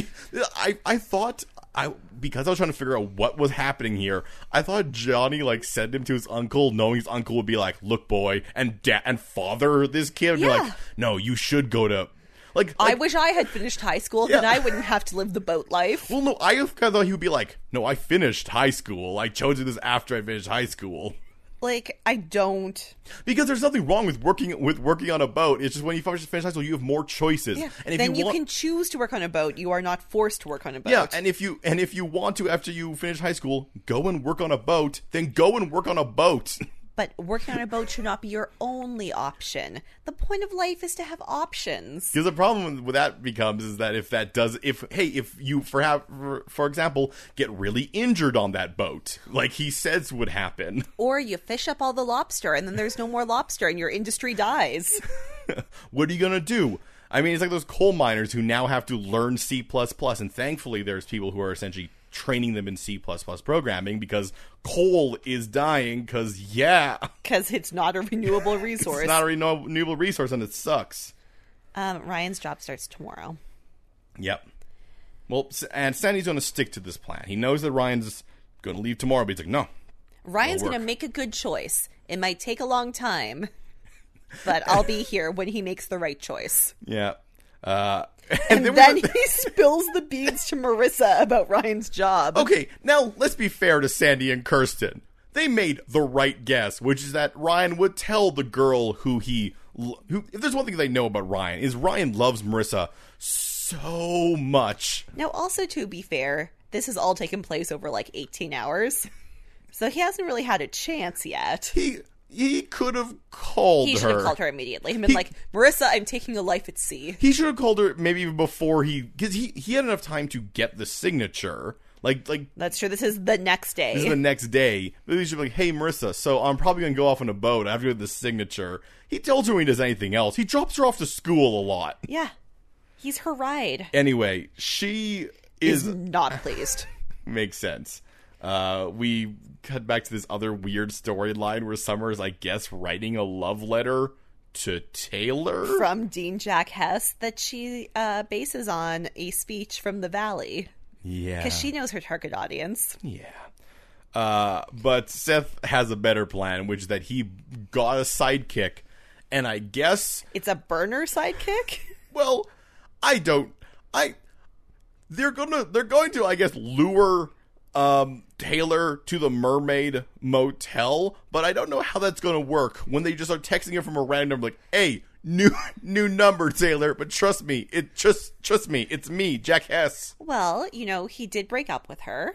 [SPEAKER 1] I I thought I because I was trying to figure out what was happening here. I thought Johnny like sent him to his uncle, knowing his uncle would be like, "Look, boy, and dad and father this kid." And be
[SPEAKER 2] Yeah.
[SPEAKER 1] like, "No, you should go to like."
[SPEAKER 2] I
[SPEAKER 1] like-
[SPEAKER 2] wish I had finished high school, then
[SPEAKER 1] Yeah.
[SPEAKER 2] I wouldn't have to live the boat life.
[SPEAKER 1] well, no, I kind of thought he would be like, "No, I finished high school. I chose to do this after I finished high school."
[SPEAKER 2] Like, I don't.
[SPEAKER 1] Because there's nothing wrong with working with working on a boat. It's just when you finish finish high school, you have more choices. And if
[SPEAKER 2] then you,
[SPEAKER 1] want,
[SPEAKER 2] can choose to work on a boat. You are not forced to work on a boat.
[SPEAKER 1] Yeah, and if you and if you want to after you finish high school, go and work on a boat, then go and work on a boat. [laughs]
[SPEAKER 2] but working on a boat should not be your only option. The point of life is to have options.
[SPEAKER 1] Because the problem with that becomes is that if that does if hey, if you for have for example, get really injured on that boat, like he says would happen. [laughs]
[SPEAKER 2] Or you fish up all the lobster, and then there's no more lobster, and your industry dies.
[SPEAKER 1] What are you gonna do? I mean, it's like those coal miners who now have to learn C and thankfully there's people who are essentially training them in C programming because coal is dying because yeah, [laughs]
[SPEAKER 2] Because it's not a renewable resource.
[SPEAKER 1] it's not a renew- renewable resource and it sucks.
[SPEAKER 2] um, Ryan's job starts tomorrow.
[SPEAKER 1] Yep. Well, S- and Sandy's going to stick to this plan. He knows that Ryan's going to leave tomorrow, but he's like, no,
[SPEAKER 2] Ryan's
[SPEAKER 1] It'll
[SPEAKER 2] going to
[SPEAKER 1] work.
[SPEAKER 2] make a good choice. It might take a long time, but I'll be here when he makes the right choice.
[SPEAKER 1] yeah. Uh, [laughs]
[SPEAKER 2] And,
[SPEAKER 1] there was
[SPEAKER 2] then
[SPEAKER 1] a-
[SPEAKER 2] he [laughs] spills the beans to Marissa about Ryan's job.
[SPEAKER 1] Okay, now let's be fair to Sandy and Kirsten. They made the right guess, which is that Ryan would tell the girl who he lo- who if there's one thing they know about Ryan is Ryan loves Marissa so much.
[SPEAKER 2] Now, also to be fair, this has all taken place over like 18 hours. So he hasn't really had a chance yet.
[SPEAKER 1] He he could have called
[SPEAKER 2] He should
[SPEAKER 1] her.
[SPEAKER 2] have called her immediately and been like, Marissa, I'm taking a life at sea.
[SPEAKER 1] He should have called her maybe even before he cuz he he had enough time to get the signature. Like like
[SPEAKER 2] That's true. This is the next
[SPEAKER 1] this is the
[SPEAKER 2] day.
[SPEAKER 1] next day. Maybe he should be like, "Hey Marissa, so I'm probably going to go off on a boat. I have to get the signature." He tells her when he does anything else. He drops her off to school a lot.
[SPEAKER 2] Yeah. He's her ride.
[SPEAKER 1] anyway, she
[SPEAKER 2] He's
[SPEAKER 1] is
[SPEAKER 2] not
[SPEAKER 1] [laughs]
[SPEAKER 2] pleased.
[SPEAKER 1] makes sense. Uh, we cut back to this other weird storyline where Summer's, I guess, writing a love letter to Taylor.
[SPEAKER 2] from Dean Jack Hess that she uh, bases on a speech from the Valley
[SPEAKER 1] yeah,
[SPEAKER 2] because she knows her target audience.
[SPEAKER 1] yeah. Uh, but Seth has a better plan, which is that he got a sidekick, and I guess
[SPEAKER 2] It's a burner sidekick.
[SPEAKER 1] Well, I don't. I they're gonna they're going to I guess lure um Taylor to the Mermaid Motel, but I don't know how that's gonna work when they just are texting her from a random like, hey. New [laughs] new number, Taylor, but trust me, it just trust me, it's me, Jack [laughs] Hess.
[SPEAKER 2] well, you know, he did break up with her.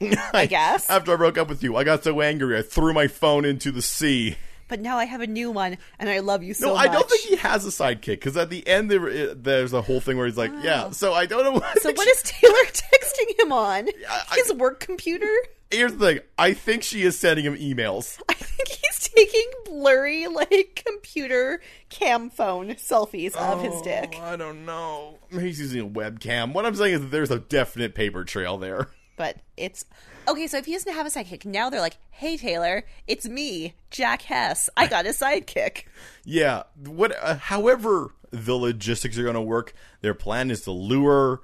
[SPEAKER 2] I guess.
[SPEAKER 1] After I broke up with you, I got so angry I threw my phone into the sea.
[SPEAKER 2] But now I have a new one and I love you so
[SPEAKER 1] No,
[SPEAKER 2] much.
[SPEAKER 1] I don't think he has a sidekick because at the end there, it, there's a whole thing where he's like, "Yeah." So I don't know.
[SPEAKER 2] Oh.
[SPEAKER 1] [laughs]
[SPEAKER 2] so what is Taylor [laughs] texting him on?
[SPEAKER 1] I-
[SPEAKER 2] His work computer? [laughs]
[SPEAKER 1] Here's the thing. I think she is sending him emails.
[SPEAKER 2] I think he's taking blurry, like, computer cam phone selfies
[SPEAKER 1] Oh.
[SPEAKER 2] of his dick.
[SPEAKER 1] I don't know. Maybe he's using a webcam. What I'm saying is that there's a definite paper trail there. [laughs]
[SPEAKER 2] But it's okay. So if he doesn't have a sidekick now, they're like, "Hey Taylor, it's me, Jack Hess. I got a sidekick."
[SPEAKER 1] Yeah. What? Uh, however, the logistics are going to work. Their plan is to lure,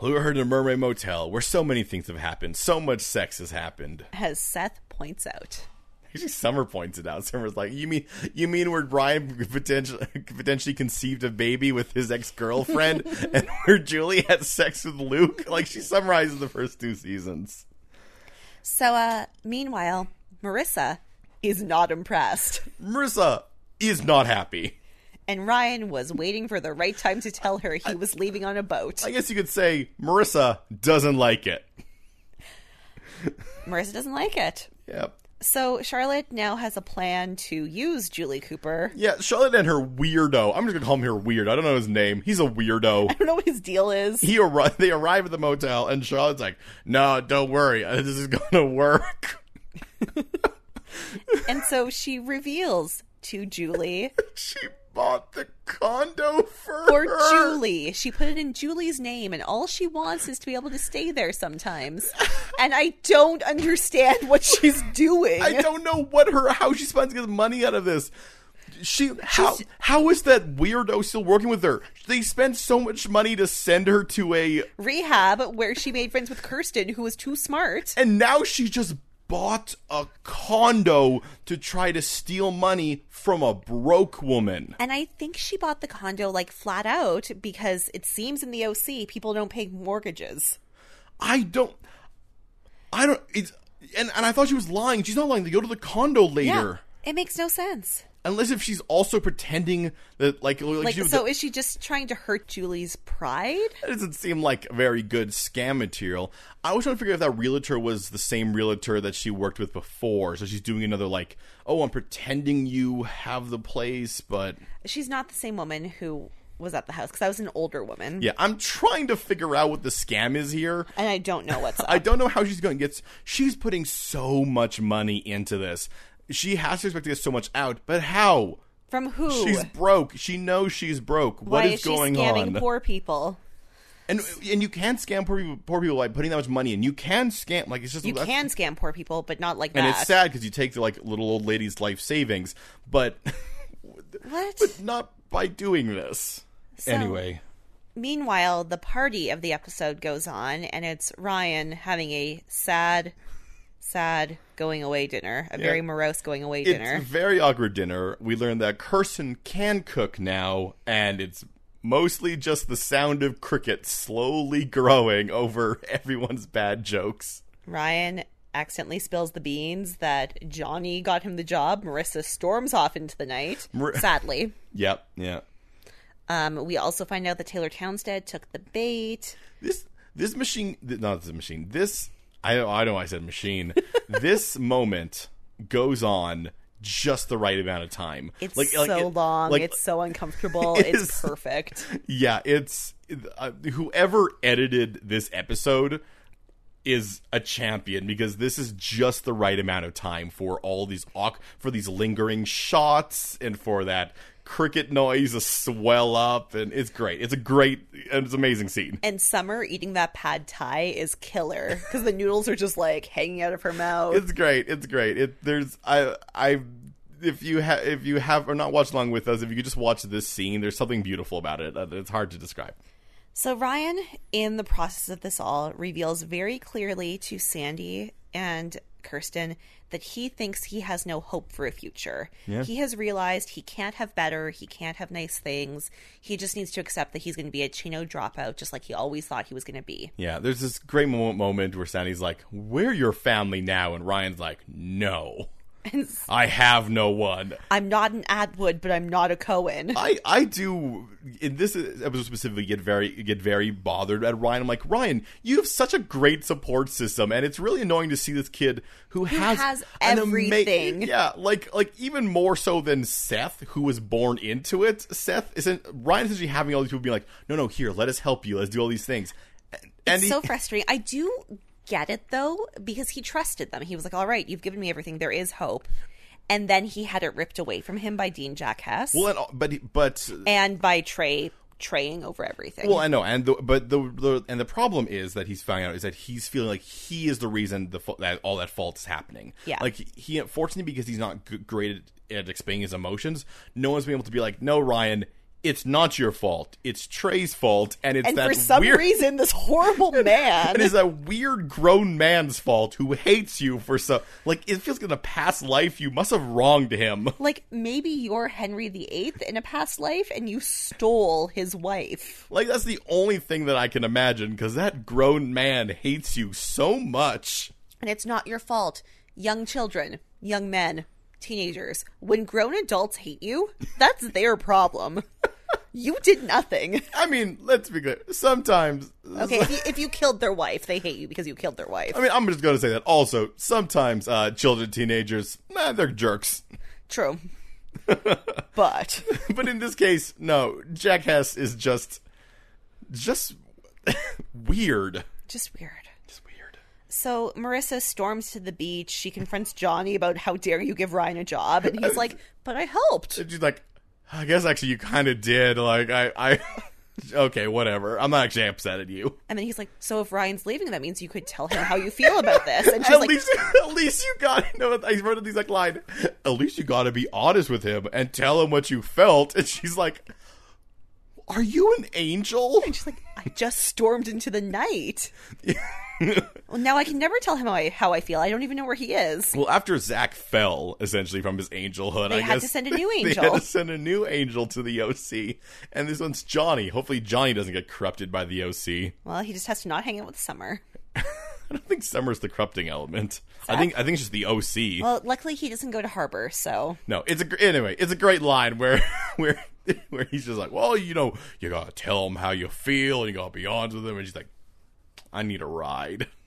[SPEAKER 1] lure her to Mermaid Motel, where so many things have happened. So much sex has happened. [laughs]
[SPEAKER 2] As Seth points out,
[SPEAKER 1] Actually, Summer points it out. Summer's like, "You mean you mean where Brian [laughs] potentially potentially conceived a baby with his ex [laughs] girlfriend, and where Julie had sex with Luke?" Like she summarizes the first two seasons.
[SPEAKER 2] so uh, meanwhile, Marissa is not impressed,
[SPEAKER 1] Marissa is not happy.
[SPEAKER 2] and Ryan was waiting for the right time to tell her he was leaving on a boat.
[SPEAKER 1] I guess you could say Marissa doesn't like it.
[SPEAKER 2] Marissa doesn't like it.
[SPEAKER 1] Yep.
[SPEAKER 2] So Charlotte now has a plan to use
[SPEAKER 1] [laughs]
[SPEAKER 2] Julie Cooper.
[SPEAKER 1] Yeah, Charlotte and her weirdo. I'm just gonna call him her weird. I don't know his name. He's a weirdo. [laughs]
[SPEAKER 2] I don't know what his deal is.
[SPEAKER 1] He arri- they arrive at the motel, and Charlotte's like, "No, don't worry, Uh, this is [laughs] gonna work." [laughs]
[SPEAKER 2] And so she reveals to Julie
[SPEAKER 1] She bought the condo for, [laughs]
[SPEAKER 2] for
[SPEAKER 1] her.
[SPEAKER 2] Julie. She put it in Julie's name, and all she wants is to be able to stay there sometimes. and I don't understand what she's doing.
[SPEAKER 1] I don't know what her how she's supposed to get money out of this. She how how is that weirdo still working with her? They spend so much money to send her to a
[SPEAKER 2] Rehab, where she made friends with Kirsten, who was too smart.
[SPEAKER 1] and now she just bought a condo to try to steal money from a broke woman.
[SPEAKER 2] And I think she bought the condo like flat out because it seems in the OC people don't pay mortgages.
[SPEAKER 1] I don't I don't it's and, and I thought she was lying. She's not lying. They go to the condo later.
[SPEAKER 2] It makes no sense.
[SPEAKER 1] Unless if she's also pretending that like like,
[SPEAKER 2] Like,
[SPEAKER 1] she was
[SPEAKER 2] so is she just trying to hurt Julie's pride?
[SPEAKER 1] that doesn't seem like very good scam material. I was trying to figure out if that realtor was the same realtor that she worked with before. So she's doing another like, oh, I'm pretending you have the place, but
[SPEAKER 2] She's not the same woman who was at the house because I was an older woman.
[SPEAKER 1] yeah, I'm trying to figure out what the scam is here.
[SPEAKER 2] And I don't know what's up.
[SPEAKER 1] [laughs] I don't know how she's going to get. She's putting so much money into this. She has to expect to get so much out, but how?
[SPEAKER 2] From who?
[SPEAKER 1] She's broke. She knows she's broke.
[SPEAKER 2] Why
[SPEAKER 1] what is,
[SPEAKER 2] is she
[SPEAKER 1] going on?
[SPEAKER 2] scamming poor people?
[SPEAKER 1] and and you can scam poor people, poor people by putting that much money in. You can scam like it's just
[SPEAKER 2] You
[SPEAKER 1] that's-
[SPEAKER 2] can scam poor people, but not like
[SPEAKER 1] and
[SPEAKER 2] that.
[SPEAKER 1] it's sad because you take the like little old lady's life savings, but [laughs]
[SPEAKER 2] What?
[SPEAKER 1] not by doing this.
[SPEAKER 2] So-
[SPEAKER 1] anyway,
[SPEAKER 2] Meanwhile, the party of the episode goes on, and it's Ryan having a sad, sad going away dinner, a very morose going away dinner.
[SPEAKER 1] It's a very awkward dinner. We learned that Kirsten can cook now, and it's mostly just the sound of crickets slowly growing over [laughs] everyone's bad jokes.
[SPEAKER 2] Ryan accidentally spills the beans that Johnny got him the job. Marissa storms off into the night,
[SPEAKER 1] Mar-
[SPEAKER 2] sadly.
[SPEAKER 1] Yep, yeah.
[SPEAKER 2] Um, we also find out that Taylor Townstead took the bait.
[SPEAKER 1] This this machine, th- not this machine. This I don't, I don't know why I said
[SPEAKER 2] [laughs]
[SPEAKER 1] machine. this moment goes on just the right amount of time.
[SPEAKER 2] It's
[SPEAKER 1] like,
[SPEAKER 2] so
[SPEAKER 1] [laughs] it-
[SPEAKER 2] long.
[SPEAKER 1] like,
[SPEAKER 2] it's so uncomfortable.
[SPEAKER 1] It
[SPEAKER 2] it's
[SPEAKER 1] is-
[SPEAKER 2] perfect.
[SPEAKER 1] Yeah, it's uh, whoever edited this episode is a champion because this is just the right amount of time for all these awk for these lingering shots and for that cricket noise to swell up and it's great. It's a great and it's an amazing scene.
[SPEAKER 2] And Summer eating that pad thai is killer because the noodles are just like hanging out of her mouth.
[SPEAKER 1] It's great. It's great. It there's I I if you have if you have or not watched along with us, if you could just watch this scene, there's something beautiful about it. Uh, It's hard to describe.
[SPEAKER 2] So Ryan, in the process of this all, reveals very clearly to Sandy and Kirsten that he thinks he has no hope for a future. He has realized he can't have better, he can't have nice things. He just needs to accept that he's going to be a Chino dropout, just like he always thought he was going to be.
[SPEAKER 1] Yeah, there's this great mo- moment where Sandy's like, "We're your family now," and Ryan's like, "No,
[SPEAKER 2] And s-
[SPEAKER 1] I have no one."
[SPEAKER 2] I'm not an Atwood, but I'm not a Cohen.
[SPEAKER 1] I I do in this episode specifically get very get very bothered at Ryan. I'm like, Ryan, you have such a great support system, and it's really annoying to see this kid who, has,
[SPEAKER 2] has
[SPEAKER 1] an ama-
[SPEAKER 2] everything.
[SPEAKER 1] yeah, like like even more so than Seth, who was born into it. Seth isn't Ryan essentially having all these people be like, "No, no, here, let us help you, let's do all these things," and
[SPEAKER 2] It's so frustrating. I do get it though because he trusted them. He was like, "All right, you've given me everything. There is hope." And then he had it ripped away from him by Dean Jack Hess
[SPEAKER 1] well, and- but but
[SPEAKER 2] and by Trey traying over everything.
[SPEAKER 1] Well, I know, and the, but the, the and the problem is that he's finding out is that he's feeling like he is the reason the fa- that all that fault is happening.
[SPEAKER 2] Yeah.
[SPEAKER 1] like he unfortunately because he's not g- great at, at explaining his emotions, no one's been able to be like, no, Ryan, it's not your fault, it's Trey's fault, and it's
[SPEAKER 2] and
[SPEAKER 1] that
[SPEAKER 2] for some
[SPEAKER 1] weird.
[SPEAKER 2] reason, this
[SPEAKER 1] [laughs]
[SPEAKER 2] horrible man.
[SPEAKER 1] It is a weird grown man's fault who hates you for so like it feels like in a past life you must have wronged him. [laughs]
[SPEAKER 2] like maybe you're Henry VIII in a past life, and you stole his wife.
[SPEAKER 1] Like that's the only thing that I can imagine because that grown man hates you so much.
[SPEAKER 2] And it's not your fault. Young children, young men, teenagers, when grown adults hate you, that's their problem. [laughs] You
[SPEAKER 1] [laughs]
[SPEAKER 2] did nothing.
[SPEAKER 1] I mean, let's be clear. Sometimes,
[SPEAKER 2] Okay, if you, if you killed their wife, they hate you because you killed their wife.
[SPEAKER 1] I mean, I'm just going to say that. Also, sometimes uh, children, teenagers, nah, they're jerks. [laughs]
[SPEAKER 2] True. but
[SPEAKER 1] but in this case, no. Jack Hess is just, just [laughs] weird.
[SPEAKER 2] just weird.
[SPEAKER 1] Just weird.
[SPEAKER 2] So Marissa storms to the beach. She confronts Johnny about how dare you give Ryan a job, and he's like, "But I helped."
[SPEAKER 1] And she's like, I guess actually you kind of did. Like, I, I, [laughs] okay, whatever. I'm not actually upset at you.
[SPEAKER 2] And then he's like, "So if Ryan's leaving, that means you could tell him how you feel about this." And she's
[SPEAKER 1] At
[SPEAKER 2] like,
[SPEAKER 1] least, [laughs] at least you got. No, I wrote in these like line. At least you got to be honest with him and tell him what you felt. And she's like, "Are you an angel?"
[SPEAKER 2] She's like, I just stormed into
[SPEAKER 1] [laughs]
[SPEAKER 2] the night. well, now I can never tell him how I, how I feel. I don't even know where he is.
[SPEAKER 1] Well, after Zach fell essentially from his angelhood, I
[SPEAKER 2] had to
[SPEAKER 1] guess [laughs]
[SPEAKER 2] send a new
[SPEAKER 1] They had
[SPEAKER 2] angel.
[SPEAKER 1] to send a new angel to the OC, and this one's Johnny. Hopefully, Johnny doesn't get corrupted by the OC.
[SPEAKER 2] Well, he just has to not hang out with Summer.
[SPEAKER 1] I don't think Summer's the corrupting element. I
[SPEAKER 2] Zach?
[SPEAKER 1] think I think it's just the OC.
[SPEAKER 2] Well, luckily he doesn't go to Harbor, so
[SPEAKER 1] No, it's a gr- anyway. It's a great line where [laughs] where where he's just like, well, you know, you gotta tell him how you feel, and you gotta be honest with him. And she's like, I need a ride. [laughs]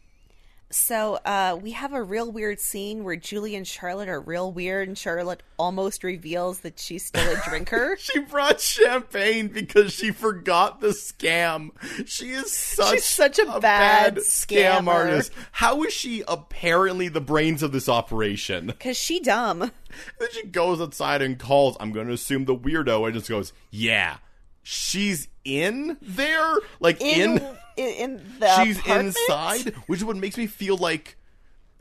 [SPEAKER 2] so uh, we have a real weird scene where Julie and Charlotte are real weird, and Charlotte almost reveals that she's still a drinker.
[SPEAKER 1] She brought champagne because she forgot the scam. She is such
[SPEAKER 2] She's such a bad scammer.
[SPEAKER 1] How is she apparently the brains of this operation? [laughs]
[SPEAKER 2] Cause she dumb.
[SPEAKER 1] Then she goes outside and calls. I'm going to assume the weirdo, and just goes, "Yeah, she's in there, like
[SPEAKER 2] In
[SPEAKER 1] in
[SPEAKER 2] in, the
[SPEAKER 1] she's
[SPEAKER 2] apartment?
[SPEAKER 1] inside, which is what makes me feel like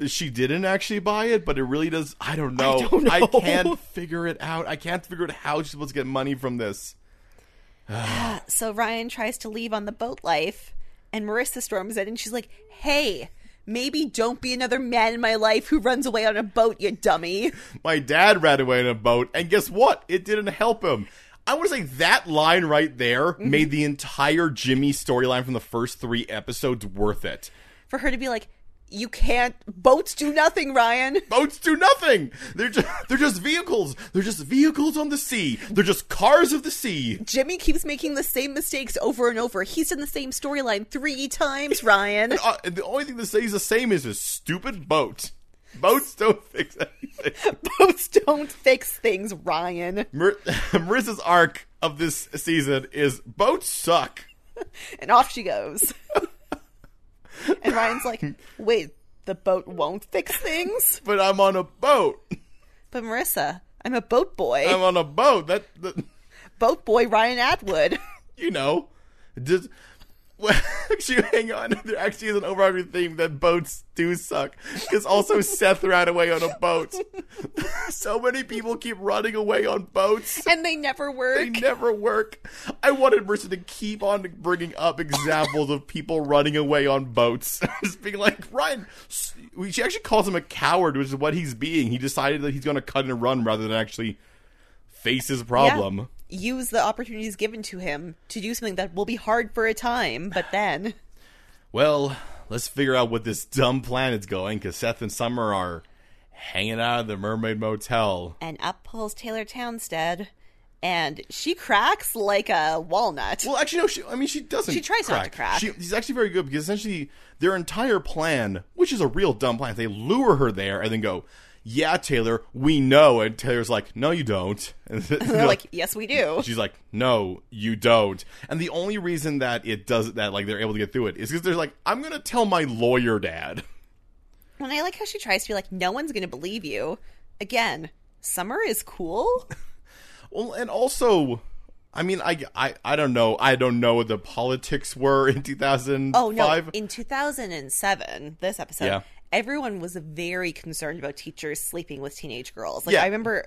[SPEAKER 1] she didn't actually buy it, but it really does. I don't know. I,
[SPEAKER 2] don't know. [laughs]
[SPEAKER 1] can't figure it out. I can't figure out how she's supposed to get money from this.
[SPEAKER 2] so Ryan tries to leave on the boat life, and Marissa storms in and she's like, hey, maybe don't be another man in my life who runs away on a boat, you dummy.
[SPEAKER 1] My dad ran away in a boat, and guess what? It didn't help him. I want to say that line right there
[SPEAKER 2] Mm-hmm.
[SPEAKER 1] made the entire Jimmy storyline from the first three episodes worth it.
[SPEAKER 2] For her to be like, you can't, boats do nothing, Ryan.
[SPEAKER 1] Boats do nothing. They're just, they're just vehicles. They're just vehicles on the sea. They're just cars of the sea.
[SPEAKER 2] Jimmy keeps making the same mistakes over and over. He's done the same storyline three times, Ryan.
[SPEAKER 1] Uh, the only thing that stays the same is this stupid boat. Boats don't [laughs] fix anything.
[SPEAKER 2] [laughs] boats don't fix things, Ryan.
[SPEAKER 1] Mar- [laughs] Marissa's arc of this season is boats suck.
[SPEAKER 2] And off
[SPEAKER 1] [laughs]
[SPEAKER 2] she goes. and Ryan's like, wait, the boat won't fix things?
[SPEAKER 1] But I'm on a boat. [laughs]
[SPEAKER 2] But Marissa, I'm a boat boy.
[SPEAKER 1] I'm on a boat. That, that
[SPEAKER 2] boat boy Ryan Atwood. [laughs]
[SPEAKER 1] you know, just [laughs] well, actually hang on. There actually is an overarching theme that boats do suck. Because also Seth ran away on a boat. [laughs] so many people keep running away on boats.
[SPEAKER 2] and they never work.
[SPEAKER 1] They never work. I wanted Mercer to keep on bringing up examples of people running away on boats. [laughs] Just being like, Ryan, s- she actually calls him a coward, which is what he's being. He decided that he's going to cut and run rather than actually face his problem.
[SPEAKER 2] Yeah. Use the opportunities given to him to do something that will be hard for a time, but then
[SPEAKER 1] Well, let's figure out what this dumb plan is going because Seth and Summer are hanging out at the Mermaid Motel.
[SPEAKER 2] [sighs] and up pulls Taylor Townstead, and she cracks like a walnut.
[SPEAKER 1] Well, actually, no. She, I mean, she doesn't.
[SPEAKER 2] She tries not to crack.
[SPEAKER 1] She, she's actually very good because essentially their entire plan, which is a real dumb plan, they lure her there and then go, "Yeah, Taylor, we know." And Taylor's like, "No, you don't." [laughs] And
[SPEAKER 2] and they're like, "Yes, we do."
[SPEAKER 1] She's like, no, you don't. And the only reason that it does that, like, they're able to get through it is because they're like, I'm gonna tell my lawyer dad. [laughs]
[SPEAKER 2] And I like how she tries to be like, "No one's going to believe you." Again, Summer is cool.
[SPEAKER 1] Well, and also, I mean, I, I, I don't know. I don't know what the politics were in 2005.
[SPEAKER 2] Oh no! In 2007, this episode,
[SPEAKER 1] Yeah.
[SPEAKER 2] everyone was very concerned about teachers sleeping with teenage girls. Like
[SPEAKER 1] Yeah.
[SPEAKER 2] I remember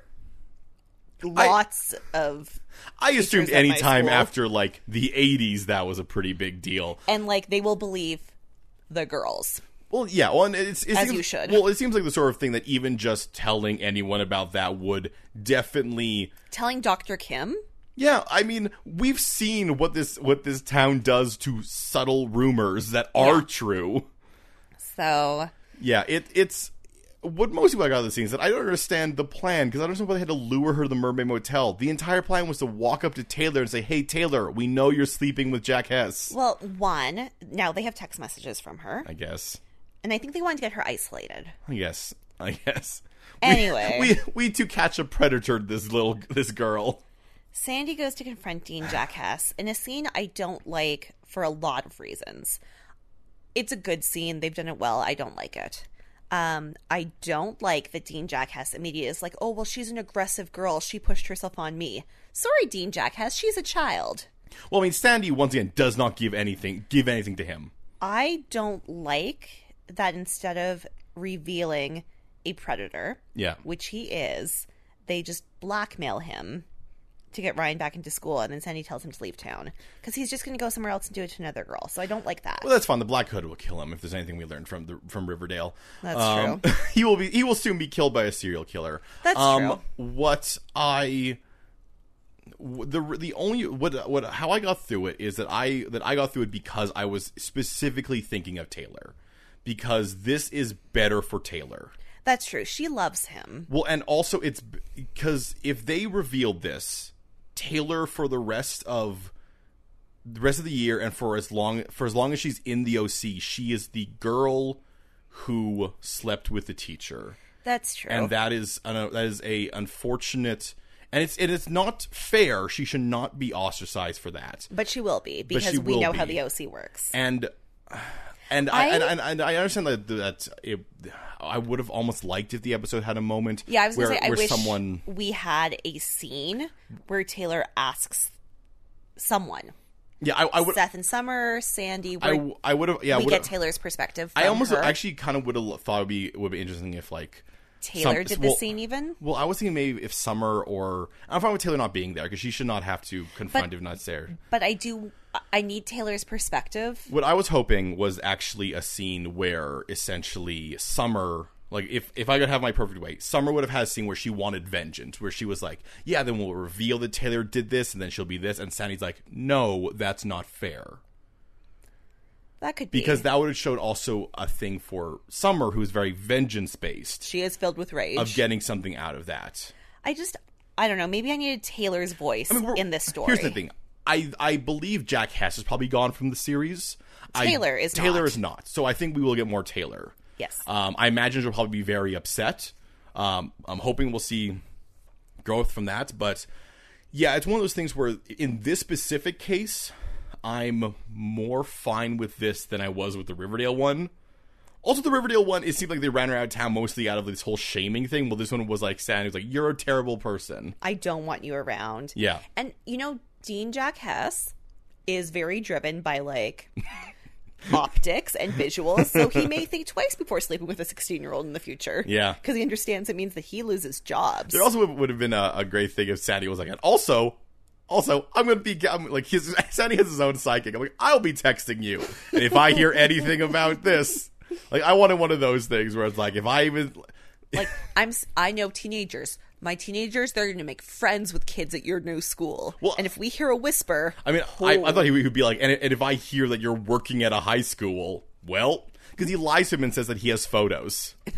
[SPEAKER 2] lots of
[SPEAKER 1] I assumed
[SPEAKER 2] teachers at my
[SPEAKER 1] any time
[SPEAKER 2] school.
[SPEAKER 1] after, like, the 80s, that was a pretty big deal.
[SPEAKER 2] and like they will believe the girls.
[SPEAKER 1] Well, yeah. Well, and it's, it
[SPEAKER 2] As
[SPEAKER 1] seems,
[SPEAKER 2] you should.
[SPEAKER 1] Well, it seems like the sort of thing that even just telling anyone about that would definitely
[SPEAKER 2] Telling Dr. Kim,
[SPEAKER 1] Yeah, I mean, we've seen what this what this town does to subtle rumors that are true.
[SPEAKER 2] so
[SPEAKER 1] Yeah, it it's what most people I got out of the scene is that I don't understand the plan because I don't understand why they had to lure her to the Mermaid Motel. The entire plan was to walk up to Taylor and say, "Hey, Taylor, we know you're sleeping with Jack Hess."
[SPEAKER 2] well, one, now they have text messages from her.
[SPEAKER 1] I guess.
[SPEAKER 2] And I think they wanted to get her isolated.
[SPEAKER 1] I guess. I guess. We-
[SPEAKER 2] Anyway.
[SPEAKER 1] we we, too catch a predator. This little this girl.
[SPEAKER 2] Sandy goes to confronting Jack Hess in a scene I don't like for a lot of reasons. It's a good scene. They've done it well. I don't like it. Um, I don't like that Dean Jack Hess immediately is like, oh, well, she's an aggressive girl. She pushed herself on me. Sorry, Dean Jack Hess. She's a child.
[SPEAKER 1] Well, I mean, Sandy once again does not give anything give anything to him.
[SPEAKER 2] I don't like that instead of revealing a predator,
[SPEAKER 1] Yeah.
[SPEAKER 2] which he is, they just blackmail him to get Ryan back into school, and then Sandy tells him to leave town because he's just going to go somewhere else and do it to another girl. So I don't like that.
[SPEAKER 1] Well, that's fine. The Black Hood will kill him if there's anything we learned from the from Riverdale.
[SPEAKER 2] That's
[SPEAKER 1] true. [laughs] He will be. He will soon be killed by a serial killer. Um,
[SPEAKER 2] That's true.
[SPEAKER 1] What I w- the the only what what how I got through it is that I that I got through it because I was specifically thinking of Taylor because this is better for Taylor.
[SPEAKER 2] That's true. She loves him.
[SPEAKER 1] Well, and also it's because if they revealed this, Taylor for the rest of the rest of the year and for as long for as long as she's in the OC, she is the girl who slept with the teacher,
[SPEAKER 2] That's true.
[SPEAKER 1] and that is an, that is a unfortunate. And it's it is not fair. She should not be ostracized for that.
[SPEAKER 2] but she will be because
[SPEAKER 1] she
[SPEAKER 2] we
[SPEAKER 1] will
[SPEAKER 2] know how
[SPEAKER 1] be.
[SPEAKER 2] the OC works.
[SPEAKER 1] And and I,
[SPEAKER 2] I-
[SPEAKER 1] and, and, and I understand that that it, I would have almost liked if the episode had a moment.
[SPEAKER 2] Yeah, I was going
[SPEAKER 1] where,
[SPEAKER 2] to say, I
[SPEAKER 1] where
[SPEAKER 2] wish
[SPEAKER 1] someone
[SPEAKER 2] we had a scene where Taylor asks someone,
[SPEAKER 1] yeah I, I would
[SPEAKER 2] Seth and Summer, Sandy,
[SPEAKER 1] I,
[SPEAKER 2] where
[SPEAKER 1] w- I would have yeah
[SPEAKER 2] we
[SPEAKER 1] would
[SPEAKER 2] get Taylor's perspective.
[SPEAKER 1] I
[SPEAKER 2] from
[SPEAKER 1] almost
[SPEAKER 2] her.
[SPEAKER 1] actually kind of would have thought it would be would be interesting if like
[SPEAKER 2] Taylor
[SPEAKER 1] Some-
[SPEAKER 2] did this
[SPEAKER 1] well-
[SPEAKER 2] scene even?
[SPEAKER 1] Well, I was thinking maybe if Summer or I'm fine with Taylor not being there because she should not have to confront if not there.
[SPEAKER 2] But I do. I need Taylor's perspective.
[SPEAKER 1] What I was hoping was actually a scene where essentially Summer, like if if I could have my perfect way, Summer would have had a scene where she wanted vengeance, where she was like, "Yeah, then we'll reveal that Taylor did this, and then she'll be this," and Sandy's like, "No, that's not fair."
[SPEAKER 2] That could be
[SPEAKER 1] Because that would have showed also a thing for Summer, who's very vengeance based,
[SPEAKER 2] she is filled with rage.
[SPEAKER 1] of getting something out of that.
[SPEAKER 2] I just. I don't know. Maybe I needed Taylor's voice
[SPEAKER 1] We're-
[SPEAKER 2] in this story.
[SPEAKER 1] Here's the thing. I I believe Jack Hess is probably gone from the series. I-
[SPEAKER 2] Taylor is
[SPEAKER 1] Taylor
[SPEAKER 2] not.
[SPEAKER 1] is not. So I think we will get more Taylor.
[SPEAKER 2] Yes.
[SPEAKER 1] Um, I imagine she'll probably be very upset. Um, I'm hoping we'll see growth from that, but yeah, it's one of those things where in this specific case, I'm more fine with this than I was with the Riverdale one. Also, the Riverdale one, it seemed like they ran around town mostly out of this whole shaming thing. Well, this one was like sad. It was like, "You're a terrible person."
[SPEAKER 2] I don't want you around.
[SPEAKER 1] Yeah.
[SPEAKER 2] And you know, Dean Jack Hess is very driven
[SPEAKER 1] [laughs]
[SPEAKER 2] by like optics and visuals, so he may think twice before sleeping with a 16 year old in the future.
[SPEAKER 1] Yeah.
[SPEAKER 2] Because he understands it means that he loses jobs.
[SPEAKER 1] It also would, would have been a, a great thing if Sandy was like, and also, also, I'm gonna be I'm, like, his, [laughs] Sandy has his own psychic. I'm like, I'll be texting you, and if I hear anything about this, like, I wanted one of those things where it's like, if I even, [laughs]
[SPEAKER 2] like, I'm, s- I know teenagers. My teenagers, they're going to make friends with kids at your new school.
[SPEAKER 1] Well-
[SPEAKER 2] and if we hear a whisper,
[SPEAKER 1] I mean, I, I thought he would be like, and, and if I hear that you're working at a high school, well, because he lies to him and says that he has photos.
[SPEAKER 2] [laughs]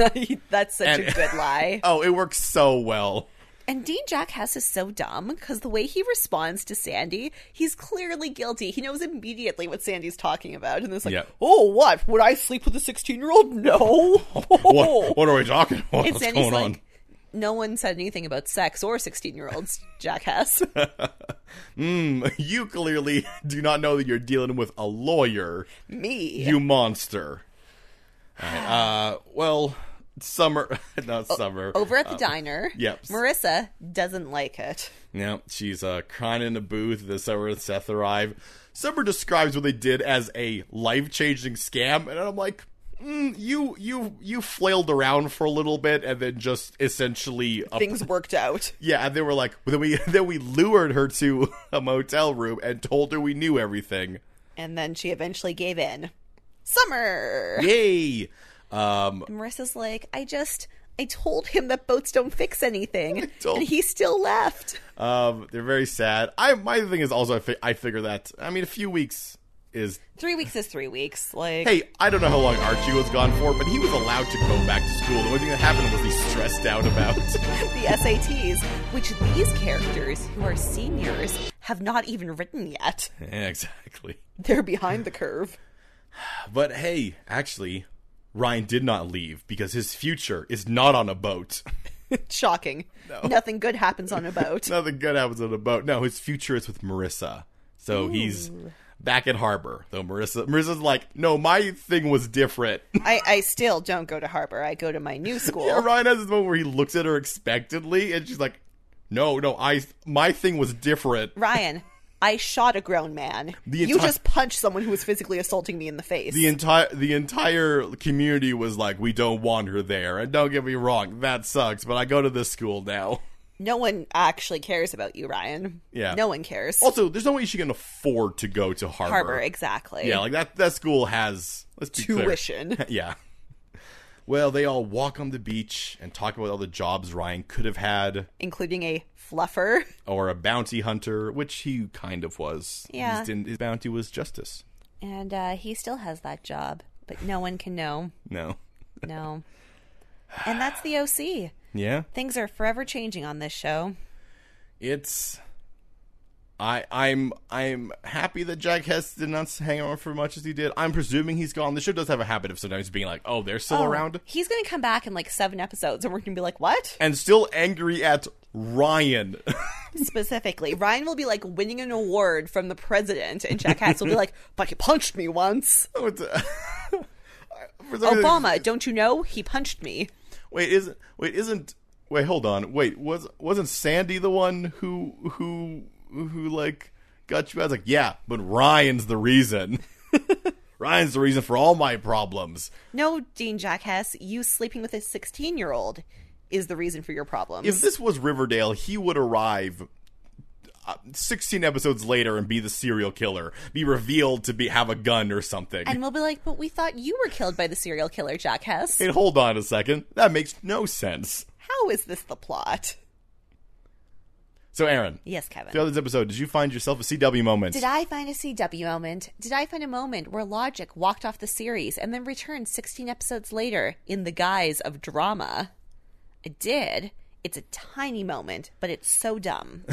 [SPEAKER 2] that's such a
[SPEAKER 1] And-
[SPEAKER 2] good
[SPEAKER 1] [laughs]
[SPEAKER 2] lie.
[SPEAKER 1] Oh, it works so well.
[SPEAKER 2] And Dean Jack Hess is so dumb because the way he responds to Sandy, he's clearly guilty. He knows immediately what Sandy's talking about, and it's like,
[SPEAKER 1] Yeah.
[SPEAKER 2] "Oh, what? Would I sleep with a sixteen-year-old? No."
[SPEAKER 1] [laughs]
[SPEAKER 2] Oh.
[SPEAKER 1] What,
[SPEAKER 2] [laughs]
[SPEAKER 1] what are we talking? About?
[SPEAKER 2] and
[SPEAKER 1] What's
[SPEAKER 2] Sandy's
[SPEAKER 1] going
[SPEAKER 2] like,
[SPEAKER 1] on?
[SPEAKER 2] "No one said anything about sex or sixteen-year-olds,
[SPEAKER 1] [laughs]
[SPEAKER 2] Jack Hess."
[SPEAKER 1] [laughs]
[SPEAKER 2] [laughs]
[SPEAKER 1] You clearly do not know that you're dealing with a lawyer.
[SPEAKER 2] Me,
[SPEAKER 1] You monster. All right, uh, well, summer, [laughs] not summer.
[SPEAKER 2] over at the diner.
[SPEAKER 1] Uh, yep.
[SPEAKER 2] Marissa doesn't like it.
[SPEAKER 1] Yeah, she's uh, crying in a booth. The summer and Seth arrive. Summer describes what they did as a life-changing scam, and I'm like, mm, you, you, you flailed around for a little bit, and then just essentially, up-
[SPEAKER 2] Things worked out.
[SPEAKER 1] yeah. And they were like, then we, [laughs] then we lured her to [laughs] a motel room and told her we knew everything.
[SPEAKER 2] And then she eventually gave in. Summer.
[SPEAKER 1] Yay! Um,
[SPEAKER 2] Marissa's like, I just, I told him that boats don't
[SPEAKER 1] [laughs]
[SPEAKER 2] fix anything,
[SPEAKER 1] told-
[SPEAKER 2] and he still left.
[SPEAKER 1] Um, they're very sad. I my thing is also I, fi- I figure that I mean a few weeks is
[SPEAKER 2] Three weeks is three weeks. Like,
[SPEAKER 1] hey I don't know how long Archie was gone for, but he was allowed to go back to school. The only thing that happened was he stressed out about. [laughs]
[SPEAKER 2] the SATs, which these characters who are seniors have not even written yet.
[SPEAKER 1] yeah, exactly.
[SPEAKER 2] They're behind the curve.
[SPEAKER 1] But hey, actually, Ryan did not leave because his future is not on a boat. [laughs]
[SPEAKER 2] Shocking. Nothing good happens on
[SPEAKER 1] [laughs]
[SPEAKER 2] a boat.
[SPEAKER 1] Nothing good happens on a boat. No, his future is with Marissa. So he's back at harbor. Though Marissa Marissa's like, no, my thing was different.
[SPEAKER 2] I, I still don't go to Harbor. I go to
[SPEAKER 1] [laughs]
[SPEAKER 2] my new school.
[SPEAKER 1] Yeah, Ryan has this moment where he looks at her expectantly, and she's like, "No, no, I my thing was different."
[SPEAKER 2] Ryan, I shot a grown man.
[SPEAKER 1] The
[SPEAKER 2] you
[SPEAKER 1] enti-
[SPEAKER 2] just punched someone who was physically assaulting me in the face.
[SPEAKER 1] The entire the entire community was like, "We don't want her there." And don't get me wrong, that sucks. But I go to this school
[SPEAKER 2] [laughs]
[SPEAKER 1] now.
[SPEAKER 2] no one actually cares about you, Ryan.
[SPEAKER 1] Yeah.
[SPEAKER 2] No one cares.
[SPEAKER 1] Also, there's no way she can afford to go to Harvard.
[SPEAKER 2] Harbor, exactly.
[SPEAKER 1] Yeah, like that that school has let's be clear.
[SPEAKER 2] Tuition.
[SPEAKER 1] [laughs] yeah. Well, they all walk on the beach and talk about all the jobs Ryan could have had,
[SPEAKER 2] including a fluffer.
[SPEAKER 1] or a bounty hunter, which he kind of was. He
[SPEAKER 2] Yeah.
[SPEAKER 1] just didn't- his bounty was justice.
[SPEAKER 2] And uh, he still has that job, but no one can know.
[SPEAKER 1] No.
[SPEAKER 2] No. And that's the OC.
[SPEAKER 1] Yeah.
[SPEAKER 2] Things are forever changing on this show.
[SPEAKER 1] It's I I'm I'm happy that Jack Hess did not hang around for much as he did. I'm presuming he's gone. The show does have a habit of sometimes being like, "Oh, they're still around."
[SPEAKER 2] He's going to come back in like seven episodes and we're going to be like, what?
[SPEAKER 1] And still angry at Ryan. [laughs]
[SPEAKER 2] Specifically, Ryan will be like winning an award from the president, and Jack Hatz will be like, but he punched me once.
[SPEAKER 1] Oh, it's, uh, [laughs] for some reason-
[SPEAKER 2] Obama, don't you know? He punched me.
[SPEAKER 1] Wait, isn't wait, isn't wait, hold on. Wait, was wasn't Sandy the one who who who like got you? I was like, "Yeah, but Ryan's the reason." [laughs] Ryan's the reason for all my problems.
[SPEAKER 2] No, Dean Jack Hess, you sleeping with a 16 year old is the reason for your problems.
[SPEAKER 1] If this was Riverdale, he would arrive uh, 16 episodes later and be the serial killer, be revealed to be have a gun or something.
[SPEAKER 2] and we'll be like, but we thought you were killed by the serial killer, Jack Hess.
[SPEAKER 1] and hold on a second, that makes no sense.
[SPEAKER 2] How is this the plot?
[SPEAKER 1] So, Aaron,
[SPEAKER 2] Yes, Kevin.
[SPEAKER 1] throughout this episode, did you find yourself a CW moment?
[SPEAKER 2] Did I find a CW moment? Did I find a moment where Logic walked off the series and then returned 16 episodes later in the guise of drama? I did. It's a tiny moment, but it's so dumb.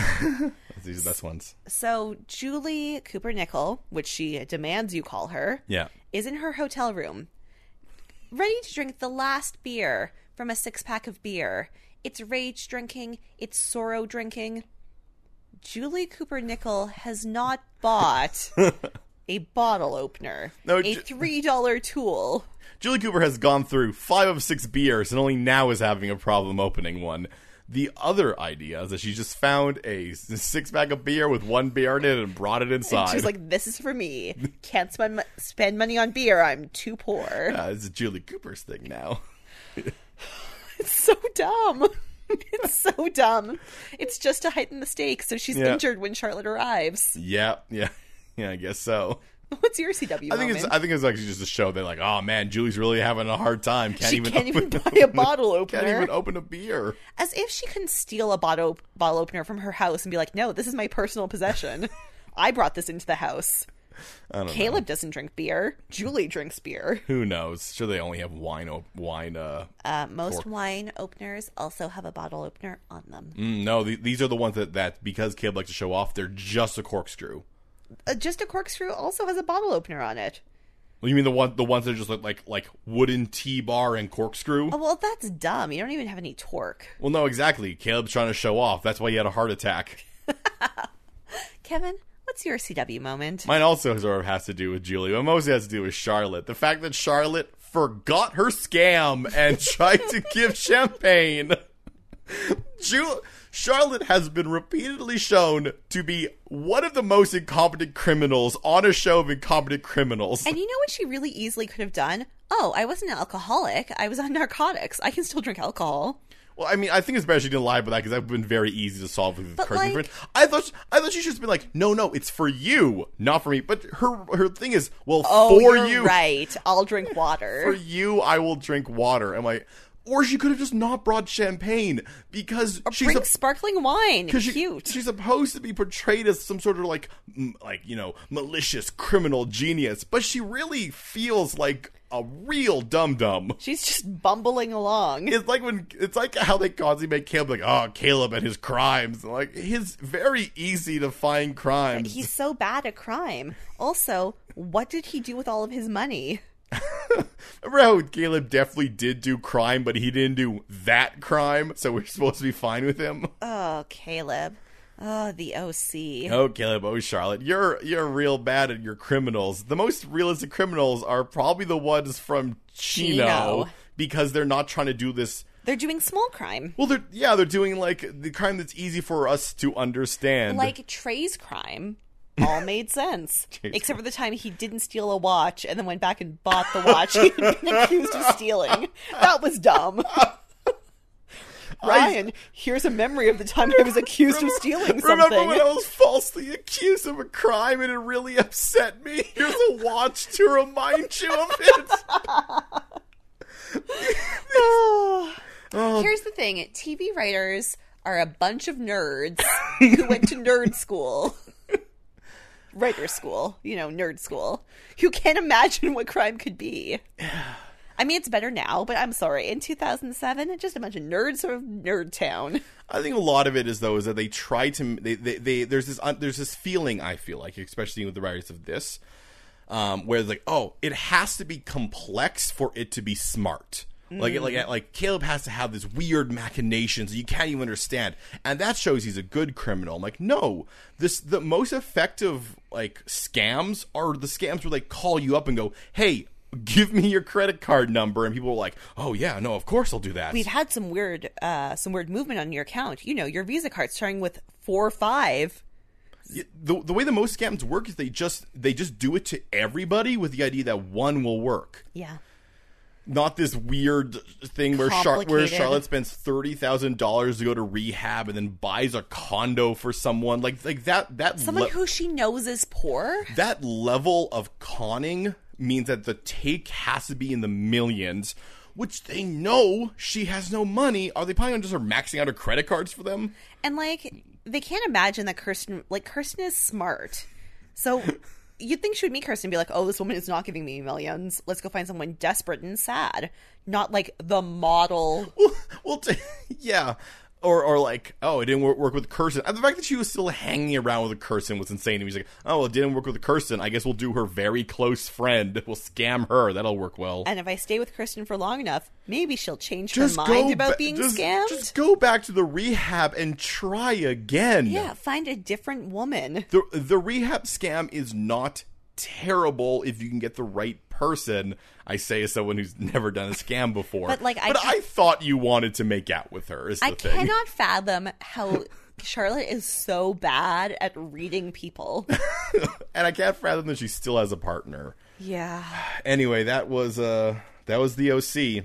[SPEAKER 1] These are the best ones.
[SPEAKER 2] so, Julie Cooper Nickel, which she demands you call her,
[SPEAKER 1] Yeah.
[SPEAKER 2] is in her hotel room, ready to drink the last beer from a six pack of beer. It's rage drinking, it's sorrow drinking. Julie Cooper Nickel has not
[SPEAKER 1] [laughs]
[SPEAKER 2] bought a bottle opener,
[SPEAKER 1] No,
[SPEAKER 2] a
[SPEAKER 1] Ju-
[SPEAKER 2] $3 tool.
[SPEAKER 1] Julie Cooper has gone through five of six beers and only now is having a problem opening one. The other idea is that she just found a six pack of beer with one beer in it and brought it inside.
[SPEAKER 2] She's like, this is
[SPEAKER 1] [laughs]
[SPEAKER 2] for me. Can't spend, mo- spend money on beer. I'm too poor.
[SPEAKER 1] "Ah, this is Julie Cooper's thing now. [laughs]
[SPEAKER 2] It's so dumb. [laughs] it's so dumb. It's just to heighten the stakes so she's
[SPEAKER 1] Yeah.
[SPEAKER 2] injured when Charlotte arrives. [laughs]
[SPEAKER 1] Yeah, [laughs] yeah, yeah. I guess so.
[SPEAKER 2] What's your CW
[SPEAKER 1] I
[SPEAKER 2] moment?
[SPEAKER 1] think it's. I think it's actually just a show. They're like, oh man, Julie's really having a hard time. Can't
[SPEAKER 2] she
[SPEAKER 1] even
[SPEAKER 2] [laughs] can't even
[SPEAKER 1] open,
[SPEAKER 2] buy a bottle opener.
[SPEAKER 1] [laughs] can't even open a beer.
[SPEAKER 2] As if she couldn't steal a bottle bottle opener from her house and be like, "No, this is my personal possession. [laughs] I brought this into the house." Caleb doesn't drink beer. Julie drinks [laughs] beer.
[SPEAKER 1] Who knows? Sure, they only have wine. Op- wine. Uh,
[SPEAKER 2] Uh, most wine openers also have a bottle opener on them.
[SPEAKER 1] mm, no, the, these are the ones that that because Caleb likes to show off. They're just a corkscrew.
[SPEAKER 2] Uh, just a corkscrew also has a bottle opener on it.
[SPEAKER 1] Well, you mean the one the ones that are just like like, like wooden T bar and corkscrew?
[SPEAKER 2] Oh, well, that's dumb. You don't even have any torque.
[SPEAKER 1] Well, no, exactly. Caleb's trying to show off. That's why he had a heart attack.
[SPEAKER 2] Kevin, what's your CW moment?
[SPEAKER 1] Mine also sort of has to do with Julie, but mostly has to do with Charlotte. The fact that Charlotte forgot her scam and [laughs] tried to give champagne. Ju- Charlotte has been repeatedly shown to be one of the most incompetent criminals on a show of incompetent criminals.
[SPEAKER 2] and you know what she really easily could have done? Oh, I wasn't an alcoholic. I was on [laughs] narcotics. I can still drink alcohol.
[SPEAKER 1] Well, I mean, I think it's better she didn't lie about that because that would have been very easy to solve with
[SPEAKER 2] But,
[SPEAKER 1] Kirk
[SPEAKER 2] like-
[SPEAKER 1] Different. I thought she, I thought she should have been like, no, no, it's for you, not for me. But her her thing is, well,
[SPEAKER 2] Oh,
[SPEAKER 1] for
[SPEAKER 2] you're
[SPEAKER 1] you,
[SPEAKER 2] right. I'll drink
[SPEAKER 1] [laughs] for
[SPEAKER 2] water.
[SPEAKER 1] you, I will drink water. I'm like, or she could have just not brought champagne because she's
[SPEAKER 2] Drink
[SPEAKER 1] a,
[SPEAKER 2] sparkling wine.
[SPEAKER 1] 'cause she-
[SPEAKER 2] Cute.
[SPEAKER 1] She's supposed to be portrayed as some sort of like, m- like you know, malicious criminal genius, but she really feels like a real dum dum.
[SPEAKER 2] She's just bumbling along.
[SPEAKER 1] It's like when it's like how they constantly make Caleb like, oh, Caleb and his crimes. Like his very easy to find crimes.
[SPEAKER 2] He's so bad at crime. Also, what did he do with all of his money?
[SPEAKER 1] Remember how Caleb definitely did do crime, but he didn't do that crime, so we're supposed to be fine with him.
[SPEAKER 2] Oh, Caleb. Oh, the OC.
[SPEAKER 1] Oh, Caleb, oh Charlotte, you're you're real bad at your criminals. The most realistic criminals are probably the ones from Chino,
[SPEAKER 2] Chino.
[SPEAKER 1] because they're not trying to do this.
[SPEAKER 2] They're doing small crime.
[SPEAKER 1] Well, they're yeah, they're doing like the crime that's easy for us to understand.
[SPEAKER 2] Like Trey's crime. All made
[SPEAKER 1] [laughs]
[SPEAKER 2] sense. Except for the time he didn't steal a watch and then went back and bought the watch he had been [laughs] accused of stealing. That was dumb.
[SPEAKER 1] [laughs]
[SPEAKER 2] Ryan, here's a memory of the time I was accused of stealing
[SPEAKER 1] Remember
[SPEAKER 2] something.
[SPEAKER 1] when I was falsely accused of a crime and it really upset me? Here's a watch to remind you of it.
[SPEAKER 2] [laughs]
[SPEAKER 1] [laughs]
[SPEAKER 2] [sighs] Here's the thing TV writers are a bunch of nerds who went to nerd school. Writer school, you know, nerd school, who can't imagine what crime could be. I mean, it's better now, but I'm sorry. In 2007, just a bunch of nerds of Nerd Town.
[SPEAKER 1] I think a lot of it is though is that they try to they they, they there's this un, there's this feeling I feel like especially with the writers of this um, where it's like oh it has to be complex for it to be smart like like like Caleb has to have this weird machinations you can't even understand and that shows he's a good criminal I'm like no this the most effective like scams are the scams where they call you up and go hey give me your credit card number and people are like oh yeah no of course I'll do that
[SPEAKER 2] We've had some weird, uh, some weird movement on your account. You know, your Visa card starting with four five.
[SPEAKER 1] the, the way the most scams work is they just they just do it to everybody with the idea that one will work.
[SPEAKER 2] Yeah.
[SPEAKER 1] not this weird thing where Char- where
[SPEAKER 2] Complicated.
[SPEAKER 1] Charlotte spends thirty thousand dollars to go to rehab and then buys a condo for someone like like that that
[SPEAKER 2] Someone
[SPEAKER 1] le-
[SPEAKER 2] who she knows is poor.
[SPEAKER 1] that level of conning means that the take has to be in the millions, which they know she has no money. Are they planning on just her maxing out her credit cards for them?
[SPEAKER 2] And like they can't imagine that Kirsten like Kirsten is smart. So
[SPEAKER 1] [laughs]
[SPEAKER 2] you'd think she would meet Kirsten and be like, Oh, this woman is not giving me millions. Let's go find someone desperate and sad. Not like the model
[SPEAKER 1] [laughs] well, t- yeah. Or, or like, oh, it didn't work, work with Kirsten. The fact that she was still hanging around with Kirsten was insane. He was like, oh, well, it didn't work with Kirsten. I guess we'll do her very close friend. We'll scam her. That'll work well.
[SPEAKER 2] and if I stay with Kirsten for long enough, maybe she'll change
[SPEAKER 1] Just
[SPEAKER 2] her
[SPEAKER 1] go
[SPEAKER 2] mind about
[SPEAKER 1] ba-
[SPEAKER 2] being
[SPEAKER 1] just-
[SPEAKER 2] scammed.
[SPEAKER 1] Just go back to the rehab and try again.
[SPEAKER 2] yeah, find a different woman.
[SPEAKER 1] the the rehab scam is not terrible if you can get the right person. I say as someone who's [laughs] never done a scam before.
[SPEAKER 2] But, like, I
[SPEAKER 1] but
[SPEAKER 2] ca-
[SPEAKER 1] I thought you wanted to make out with her. Is the
[SPEAKER 2] I
[SPEAKER 1] thing?
[SPEAKER 2] cannot fathom
[SPEAKER 1] [laughs]
[SPEAKER 2] how Charlotte is so bad at
[SPEAKER 1] [laughs]
[SPEAKER 2] reading people.
[SPEAKER 1] and I can't fathom that she still has a partner.
[SPEAKER 2] Yeah.
[SPEAKER 1] Anyway, that was uh that was the OC.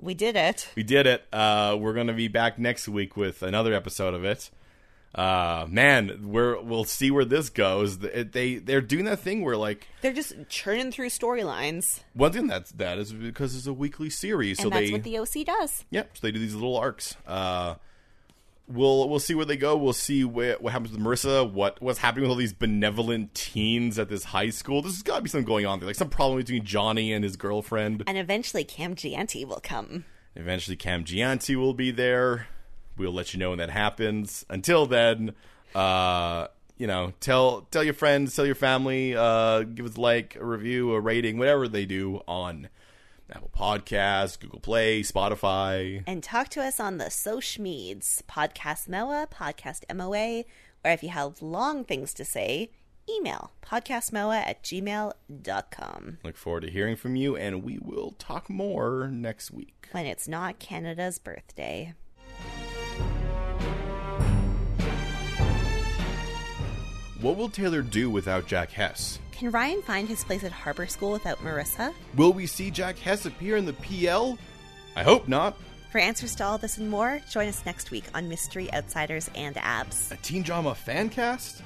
[SPEAKER 2] We did it.
[SPEAKER 1] We did it. Uh, we're gonna be back next week with another episode of it. Uh, man, we're we'll see where this goes. They- They they're doing that thing where like
[SPEAKER 2] They're just churning through storylines.
[SPEAKER 1] one thing that's that is because it's a weekly series, so
[SPEAKER 2] and that's
[SPEAKER 1] they
[SPEAKER 2] what the OC does.
[SPEAKER 1] Yep. So they do these little arcs. Uh, we'll we'll see where they go. We'll see where, what happens with Marissa. What what's happening with all these benevolent teens at this high school? There's got to be something going on there, like some problem between Johnny and his girlfriend.
[SPEAKER 2] And eventually Cam Gianti will come.
[SPEAKER 1] Eventually, Cam Gianti will be there. We'll let you know when that happens. Until then, uh, you know, tell tell your friends, tell your family, uh, give us a like, a review, a rating, whatever they do on Apple Podcasts, Google Play, Spotify.
[SPEAKER 2] And talk to us on the social meds, Podcast MOA, Podcast MOA, or if you have long things to say, email podcastmoa at gmail.com.
[SPEAKER 1] Look forward to hearing from you, and we will talk more next week.
[SPEAKER 2] When it's not Canada's birthday.
[SPEAKER 1] What will Taylor do without Jack Hess?
[SPEAKER 2] Can Ryan find his place at Harbor School without Marissa?
[SPEAKER 1] Will we see Jack Hess appear in the PL? I hope not.
[SPEAKER 2] For answers to all this and more, join us next week on Mystery Outsiders and Abs.
[SPEAKER 1] A teen drama fan cast?